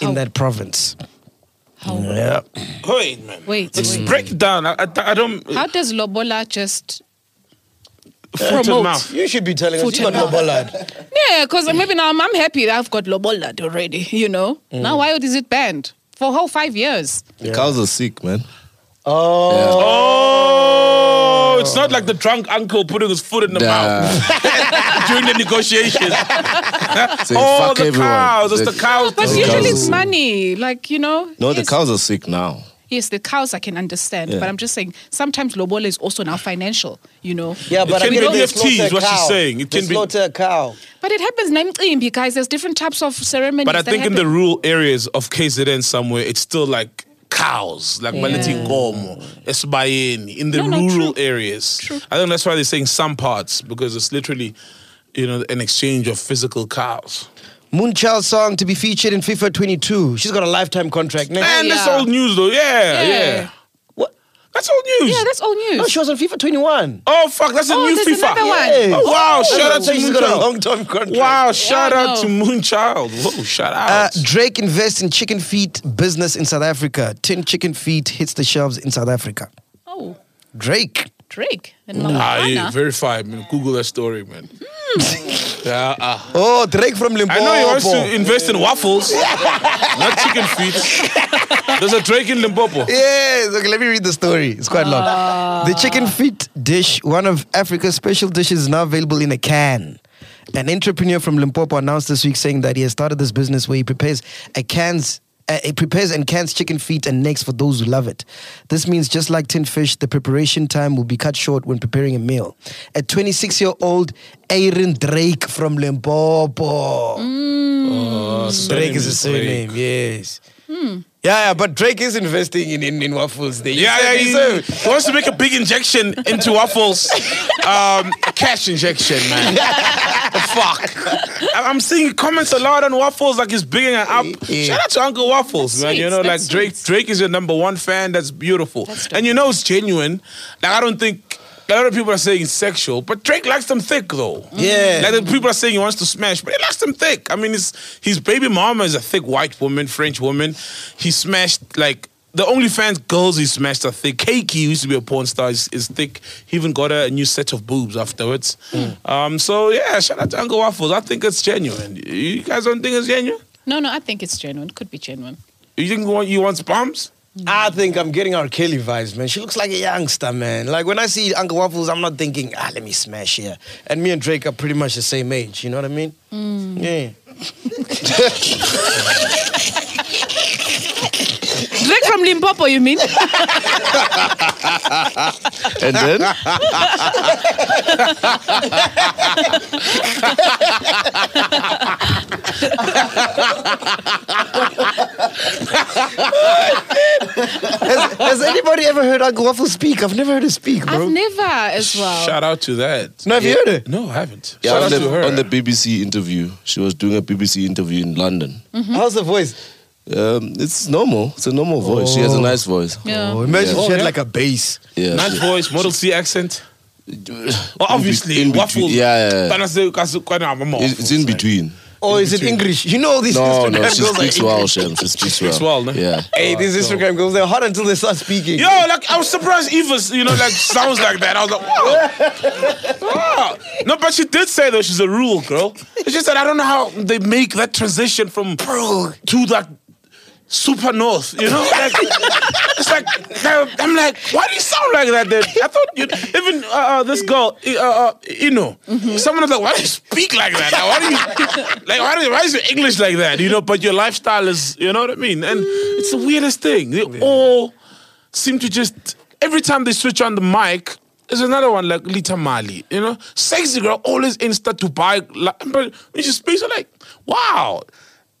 Speaker 5: in
Speaker 2: How?
Speaker 5: that province.
Speaker 2: How?
Speaker 5: Yeah.
Speaker 1: Wait, man.
Speaker 2: Wait,
Speaker 1: It's
Speaker 2: wait.
Speaker 1: breakdown. I, I, I don't. uh,
Speaker 2: How does Lobola just?
Speaker 1: foot and
Speaker 2: promote?
Speaker 1: mouth.
Speaker 7: You should be telling
Speaker 2: Foot and mouth.
Speaker 7: lobola.
Speaker 2: Yeah, because maybe now I'm, I'm happy that I've got Lobola already. You know.
Speaker 7: Mm.
Speaker 2: Now why is it banned for whole five years?
Speaker 3: The cows are sick, man.
Speaker 7: Oh,
Speaker 1: Oh, it's not like the drunk uncle putting his foot in the mouth
Speaker 3: Nah.
Speaker 1: during the negotiations.
Speaker 3: Say,
Speaker 1: oh,
Speaker 3: fuck
Speaker 1: the
Speaker 3: everyone.
Speaker 1: cows. It's
Speaker 3: They-
Speaker 1: the cows.
Speaker 2: But
Speaker 3: The
Speaker 2: usually
Speaker 3: cows are
Speaker 2: it's
Speaker 3: sick.
Speaker 2: money, like you know.
Speaker 3: No, the
Speaker 2: yes.
Speaker 3: cows are sick now.
Speaker 2: Yes, the cows I can understand,
Speaker 3: Yeah.
Speaker 2: but I'm just saying sometimes lobola is also now financial, you know.
Speaker 7: yeah, but
Speaker 1: can
Speaker 7: I mean,
Speaker 1: be
Speaker 7: they
Speaker 1: EFT is
Speaker 7: slaughter
Speaker 1: what she's
Speaker 7: cow.
Speaker 1: saying. It
Speaker 7: They
Speaker 1: can be-
Speaker 7: slaughter a cow.
Speaker 2: But it happens namtimbi, guys. There's different types of ceremonies.
Speaker 1: But I
Speaker 2: that
Speaker 1: think in the
Speaker 2: happen.
Speaker 1: rural areas of KZN somewhere, it's still like cows, like Maleti Gomo, Esbayeni, in the
Speaker 2: No, no,
Speaker 1: rural
Speaker 2: true.
Speaker 1: areas. I think that's why they're saying some parts, because it's literally, you know, an exchange of physical cows.
Speaker 5: Moonchild song to be featured in FIFA 22. She's got a lifetime contract. Now.
Speaker 1: Man, that's
Speaker 2: yeah.
Speaker 1: old news though. Yeah, yeah.
Speaker 2: Yeah.
Speaker 7: What?
Speaker 1: That's old news.
Speaker 2: yeah, that's all news.
Speaker 7: No, she was on FIFA 21.
Speaker 1: Oh fuck, that's a
Speaker 2: Oh,
Speaker 1: new
Speaker 2: there's
Speaker 1: FIFA.
Speaker 2: another one.
Speaker 7: Yes.
Speaker 1: Oh wow, shout out
Speaker 7: That's
Speaker 1: to
Speaker 7: why she's got a
Speaker 1: Moonchild.
Speaker 7: long term contract.
Speaker 1: Wow, shout
Speaker 2: Yeah, I
Speaker 1: out to Moonchild. Whoa, shout
Speaker 5: Uh,
Speaker 1: out.
Speaker 5: Drake invests in chicken feet business in South Africa. 10 chicken feet hits the shelves in South Africa.
Speaker 2: oh,
Speaker 5: Drake.
Speaker 2: Drake and
Speaker 1: Ah, yeah,
Speaker 2: Marijuana.
Speaker 1: verify, man. Google that story, man.
Speaker 2: Hmm.
Speaker 1: Yeah, ah.
Speaker 5: Oh, Drake from Limpopo.
Speaker 1: I know he wants to invest in waffles, not chicken feet. There's a Drake in Limpopo.
Speaker 5: Yes. Okay, let me read the story. It's quite long. The chicken feet dish, one of Africa's special dishes, is now available in a can. An entrepreneur from Limpopo announced this week saying that he has started this business where he prepares a cans. Uh, he prepares and cans chicken feet and necks for those who love it. This means just like tin fish, the preparation time will be cut short when preparing a meal. A 26 year old Aaron Drake from Limpopo. Oh, Drake is a surname, yes.
Speaker 7: Yeah, yeah, but Drake is investing in in, in waffles. There.
Speaker 1: Yeah, yeah, he,
Speaker 7: yeah.
Speaker 1: he wants to make a big injection into waffles. Um, cash injection, man. The fuck. I- I'm seeing comments a lot on waffles, like he's bigging it up. Shout out to Uncle Waffles, man.
Speaker 2: sweet,
Speaker 1: You know, like
Speaker 2: that's
Speaker 1: Drake. Drake is your number one fan. That's beautiful, and you know it's genuine. Like I don't think. A lot of people are saying it's sexual, but Drake likes them thick though.
Speaker 5: Yeah.
Speaker 1: Like the people are saying he wants to smash, but he likes them thick. I mean, his his baby mama is a thick white woman, French woman. He smashed like the OnlyFans girls he smashed are thick. Keiki, who used to be a porn star, is, is thick. He even got a new set of boobs afterwards. Um, so yeah, shout out to Uncle Waffles. I think it's genuine. You guys don't think it's genuine?
Speaker 2: No, no, I think it's genuine. Could be genuine.
Speaker 1: You think you want you want spams?
Speaker 5: I think I'm getting our Kelly vibes, man. She looks like a youngster, man. Like when I see Uncle Waffles, I'm not thinking, ah, let me smash here. And me and Drake are pretty much the same age. You know what I mean? Yeah.
Speaker 2: Drake from Limpopo, you mean?
Speaker 3: And then
Speaker 5: Has, has anybody ever heard Uncle Waffles speak? I've never heard her speak, bro.
Speaker 2: I've never as well.
Speaker 1: Shout out to that.
Speaker 5: no, have you heard her?
Speaker 1: No, I haven't.
Speaker 3: yeah,
Speaker 1: shout
Speaker 3: on,
Speaker 1: out to
Speaker 3: the,
Speaker 1: her.
Speaker 3: on the BBC interview, she was doing a BBC interview in London.
Speaker 2: Mm.
Speaker 5: How's her voice?
Speaker 3: Um, it's normal. It's a normal voice. She has a nice voice.
Speaker 2: Yeah.
Speaker 5: Oh, imagine
Speaker 1: Yeah.
Speaker 5: she had
Speaker 1: Oh, yeah.
Speaker 5: like a bass.
Speaker 3: Yeah,
Speaker 1: nice
Speaker 3: she-
Speaker 1: voice, Model C accent.
Speaker 3: In
Speaker 1: Well, obviously,
Speaker 3: be- in between-
Speaker 1: waffles.
Speaker 3: Yeah, yeah, yeah.
Speaker 1: Can I say- can I say- can I have a more
Speaker 3: It's, it's in
Speaker 1: waffles, like?
Speaker 3: between.
Speaker 5: Or Oh, is it English? You know these
Speaker 3: No,
Speaker 5: Instagram
Speaker 3: no, she
Speaker 5: girls are
Speaker 3: speaks
Speaker 5: English.
Speaker 3: well, Shem. She speaks well.
Speaker 1: well, no?
Speaker 3: Yeah.
Speaker 7: Hey, these Instagram girls, they're hot until they start speaking.
Speaker 1: Yo, like I was surprised Eva's, you know, like sounds like that. I was like, wow. wow. No, but she did say though she's a rule girl. She said I don't know how they make that transition from pearl to that super north. You know, like, it's like I'm like, why do you sound like that? Then I thought you even uh, uh, this girl, uh, uh, you know, someone was like, why do you speak like that? Like, why do you like why do you, why is your English like that? You know, but your lifestyle is, you know what I mean? And it's the weirdest thing. They all seem to just every time they switch on the mic. There's another one like Lita Mali, you know, sexy girl always insta to buy. Like, but when she speaks, I'm like, wow,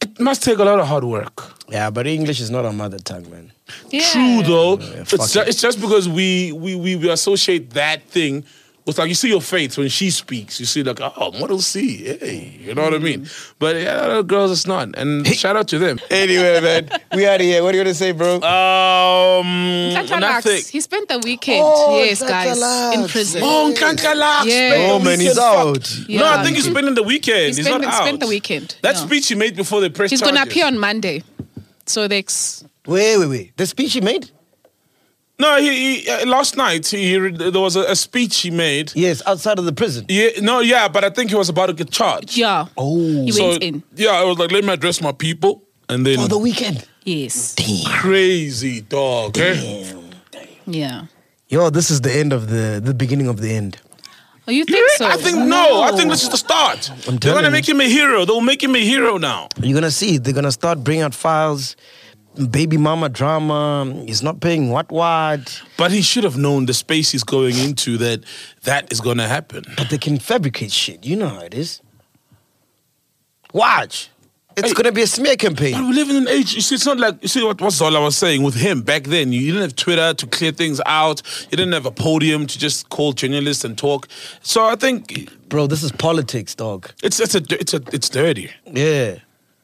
Speaker 1: it must take a lot of hard work.
Speaker 5: Yeah, but English is not our mother tongue, man.
Speaker 2: Yeah.
Speaker 1: True though,
Speaker 5: fuck
Speaker 1: it's, ju-
Speaker 5: it.
Speaker 1: it's just because we, we we we associate that thing with like you see your face when she speaks. You see like oh model C, hey, you know what I mean.
Speaker 2: Mm-hmm.
Speaker 1: But yeah, other girls it's not. And shout out to them.
Speaker 7: Anyway, man, we out of here. What are you gonna say, bro?
Speaker 5: Uh,
Speaker 1: Um, nothing.
Speaker 2: Tantalax. He spent the weekend, yes, guys, in prison.
Speaker 1: Oh, Nkankalax,
Speaker 2: Yeah.
Speaker 1: man.
Speaker 2: Oh,
Speaker 5: man, he's
Speaker 1: Weekend,
Speaker 5: out.
Speaker 1: fuck.
Speaker 2: Yeah.
Speaker 1: No, I think he's spending the weekend.
Speaker 2: He
Speaker 1: He's
Speaker 2: spent,
Speaker 1: not out.
Speaker 2: spent the weekend.
Speaker 1: That
Speaker 2: Yeah.
Speaker 1: speech he made before the press.
Speaker 2: He's going to
Speaker 1: charges.
Speaker 2: appear on Monday. So they ex-
Speaker 5: Wait, wait, wait. The speech she made?
Speaker 1: No, he, he uh, last night he, he there was a, a speech he made.
Speaker 5: Yes, outside of the prison.
Speaker 1: Yeah, no, yeah, but I think he was about to get charged.
Speaker 2: yeah. Oh. He
Speaker 1: So,
Speaker 2: went in.
Speaker 1: Yeah, I was like, let me address my people. And then
Speaker 5: For the weekend.
Speaker 2: Yes.
Speaker 1: crazy dog. Eh?
Speaker 2: Yeah.
Speaker 5: Yo, this is the end of the the beginning of the end.
Speaker 2: Oh, you think so?
Speaker 1: I think no. I think this is the start. They're
Speaker 5: telling
Speaker 1: gonna
Speaker 5: you.
Speaker 1: make him a hero. They'll make him a hero now.
Speaker 5: You're gonna see they're gonna start bringing out files, baby mama drama. He's not paying what what,
Speaker 1: But he should have known the space he's going into that that is gonna happen.
Speaker 5: but they can fabricate shit. You know how it is. Watch, it's gonna be a smear
Speaker 1: But
Speaker 5: campaign.
Speaker 1: we live in an age. You see, it's not like you see what what Zola was saying with him back then. You, you didn't have Twitter to clear things out. You didn't have a podium to just call journalists and talk. So I think
Speaker 5: Bro, this is politics, dog.
Speaker 1: it's it's a it's a it's dirty.
Speaker 5: Yeah.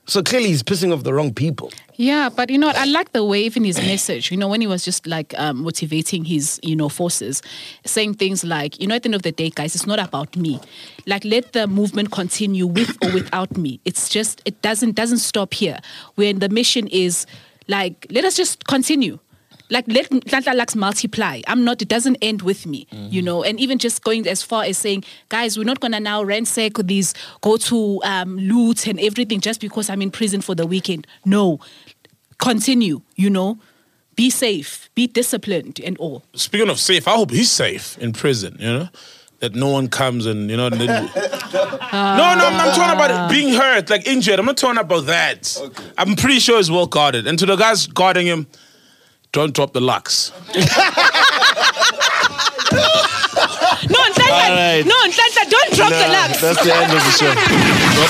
Speaker 5: So clearly he's pissing off the wrong people.
Speaker 2: Yeah, but you know what? I like the way even his message, you know, when he was just like um, motivating his, you know, forces, saying things like, you know, at the end of the day, guys, it's not about me. Like, let the movement continue with or without me. It's just, it doesn't doesn't stop here. When the mission is like, let us just continue. like let Tlantla Lux multiply. I'm not. It doesn't end with me, you know. And even just going as far as saying, guys, we're not gonna now ransack these, go to um, loot and everything just because I'm in prison for the weekend. No, continue. You know, be safe, be disciplined, and all.
Speaker 1: Speaking of safe, I hope he's safe in prison. You know. That no one comes and you know. and then- no, no, I'm, I'm talking about being hurt, like injured. I'm not talking about that. I'm pretty sure he's well guarded. And to the guys guarding him, don't drop the locks.
Speaker 2: No, Tlantla,
Speaker 3: right.
Speaker 2: no, Tlantla, don't drop the laps.
Speaker 3: That's the end of the show. The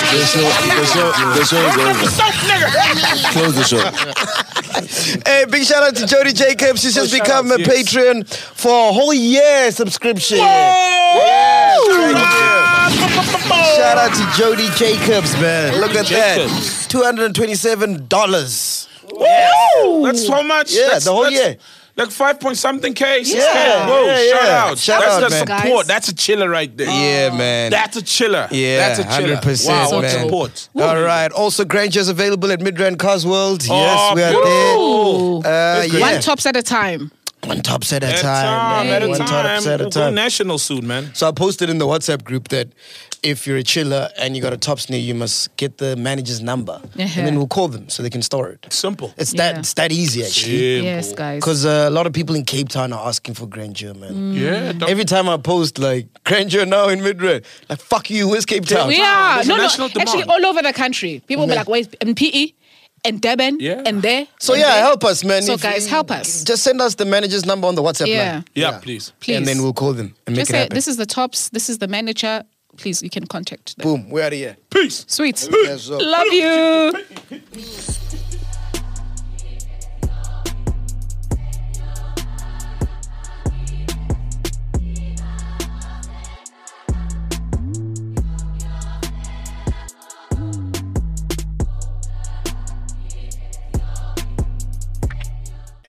Speaker 3: show, the show, the show is over. Close the show.
Speaker 5: Hey, big shout out to Jody Jacobs. She's
Speaker 1: Oh,
Speaker 5: just become a patron for a whole year subscription. Yeah, thank you. Shout out to Jody Jacobs, man. Look at that. Two hundred and twenty-seven dollars.
Speaker 1: That's so much.
Speaker 5: Yeah,
Speaker 1: that's,
Speaker 5: the whole
Speaker 1: that's
Speaker 5: year.
Speaker 1: Like five point something K, six
Speaker 5: Yeah,
Speaker 1: K. Whoa,
Speaker 5: yeah,
Speaker 1: shout
Speaker 5: yeah.
Speaker 1: out.
Speaker 5: Shout
Speaker 1: that's
Speaker 5: out,
Speaker 1: the
Speaker 5: man.
Speaker 1: support. That's a chiller right there.
Speaker 5: Yeah, man.
Speaker 1: That's a chiller.
Speaker 5: Yeah,
Speaker 1: That's a chiller.
Speaker 5: 100%,
Speaker 1: wow, what
Speaker 5: man.
Speaker 1: support.
Speaker 5: All right. Also, Granger's available at Midrand Cars World. yes, we are
Speaker 1: Oh, beautiful.
Speaker 5: there. Uh,
Speaker 1: That's great.
Speaker 5: yeah.
Speaker 2: One tops at a time.
Speaker 5: One tops at a
Speaker 1: At a
Speaker 5: time.
Speaker 1: time,
Speaker 5: man.
Speaker 1: at a
Speaker 5: One tops
Speaker 1: time.
Speaker 5: at a
Speaker 1: We'll go
Speaker 5: time.
Speaker 1: national soon, man.
Speaker 5: So I posted in the WhatsApp group that if you're a chiller and you got a tops near, you must get the manager's number, and then we'll call them so they can store it.
Speaker 1: Simple.
Speaker 5: It's
Speaker 2: Uh-huh. Yeah.
Speaker 5: that it's that easy actually.
Speaker 1: Simple.
Speaker 2: Yes, guys.
Speaker 5: Because uh, a lot of people in Cape Town are asking for grandeur, man.
Speaker 1: Yeah,
Speaker 2: Mm.
Speaker 1: don't-
Speaker 5: Every time I post like grandeur now in Midrand, like fuck you, where's Cape Town?
Speaker 2: We are.
Speaker 1: There's a
Speaker 2: No, no.
Speaker 1: national
Speaker 2: Actually,
Speaker 1: demand.
Speaker 2: all over the country. People be
Speaker 5: Yeah.
Speaker 2: like, where's MPE and Durban
Speaker 1: Yeah.
Speaker 2: and there?
Speaker 5: So
Speaker 2: and
Speaker 5: yeah,
Speaker 2: there.
Speaker 5: help us, man.
Speaker 2: So
Speaker 5: If-
Speaker 2: guys, help us.
Speaker 5: Just send us the manager's number on the WhatsApp
Speaker 2: Yeah.
Speaker 5: line.
Speaker 1: Yeah, please.
Speaker 2: Please.
Speaker 5: And then we'll call them and
Speaker 2: Just
Speaker 5: make it
Speaker 2: say,
Speaker 5: happen.
Speaker 2: this is the tops, this is the manager. Please, you can contact them.
Speaker 5: Boom, we're out of here.
Speaker 1: Peace.
Speaker 2: Sweet.
Speaker 5: Yes, sir.
Speaker 2: Love you.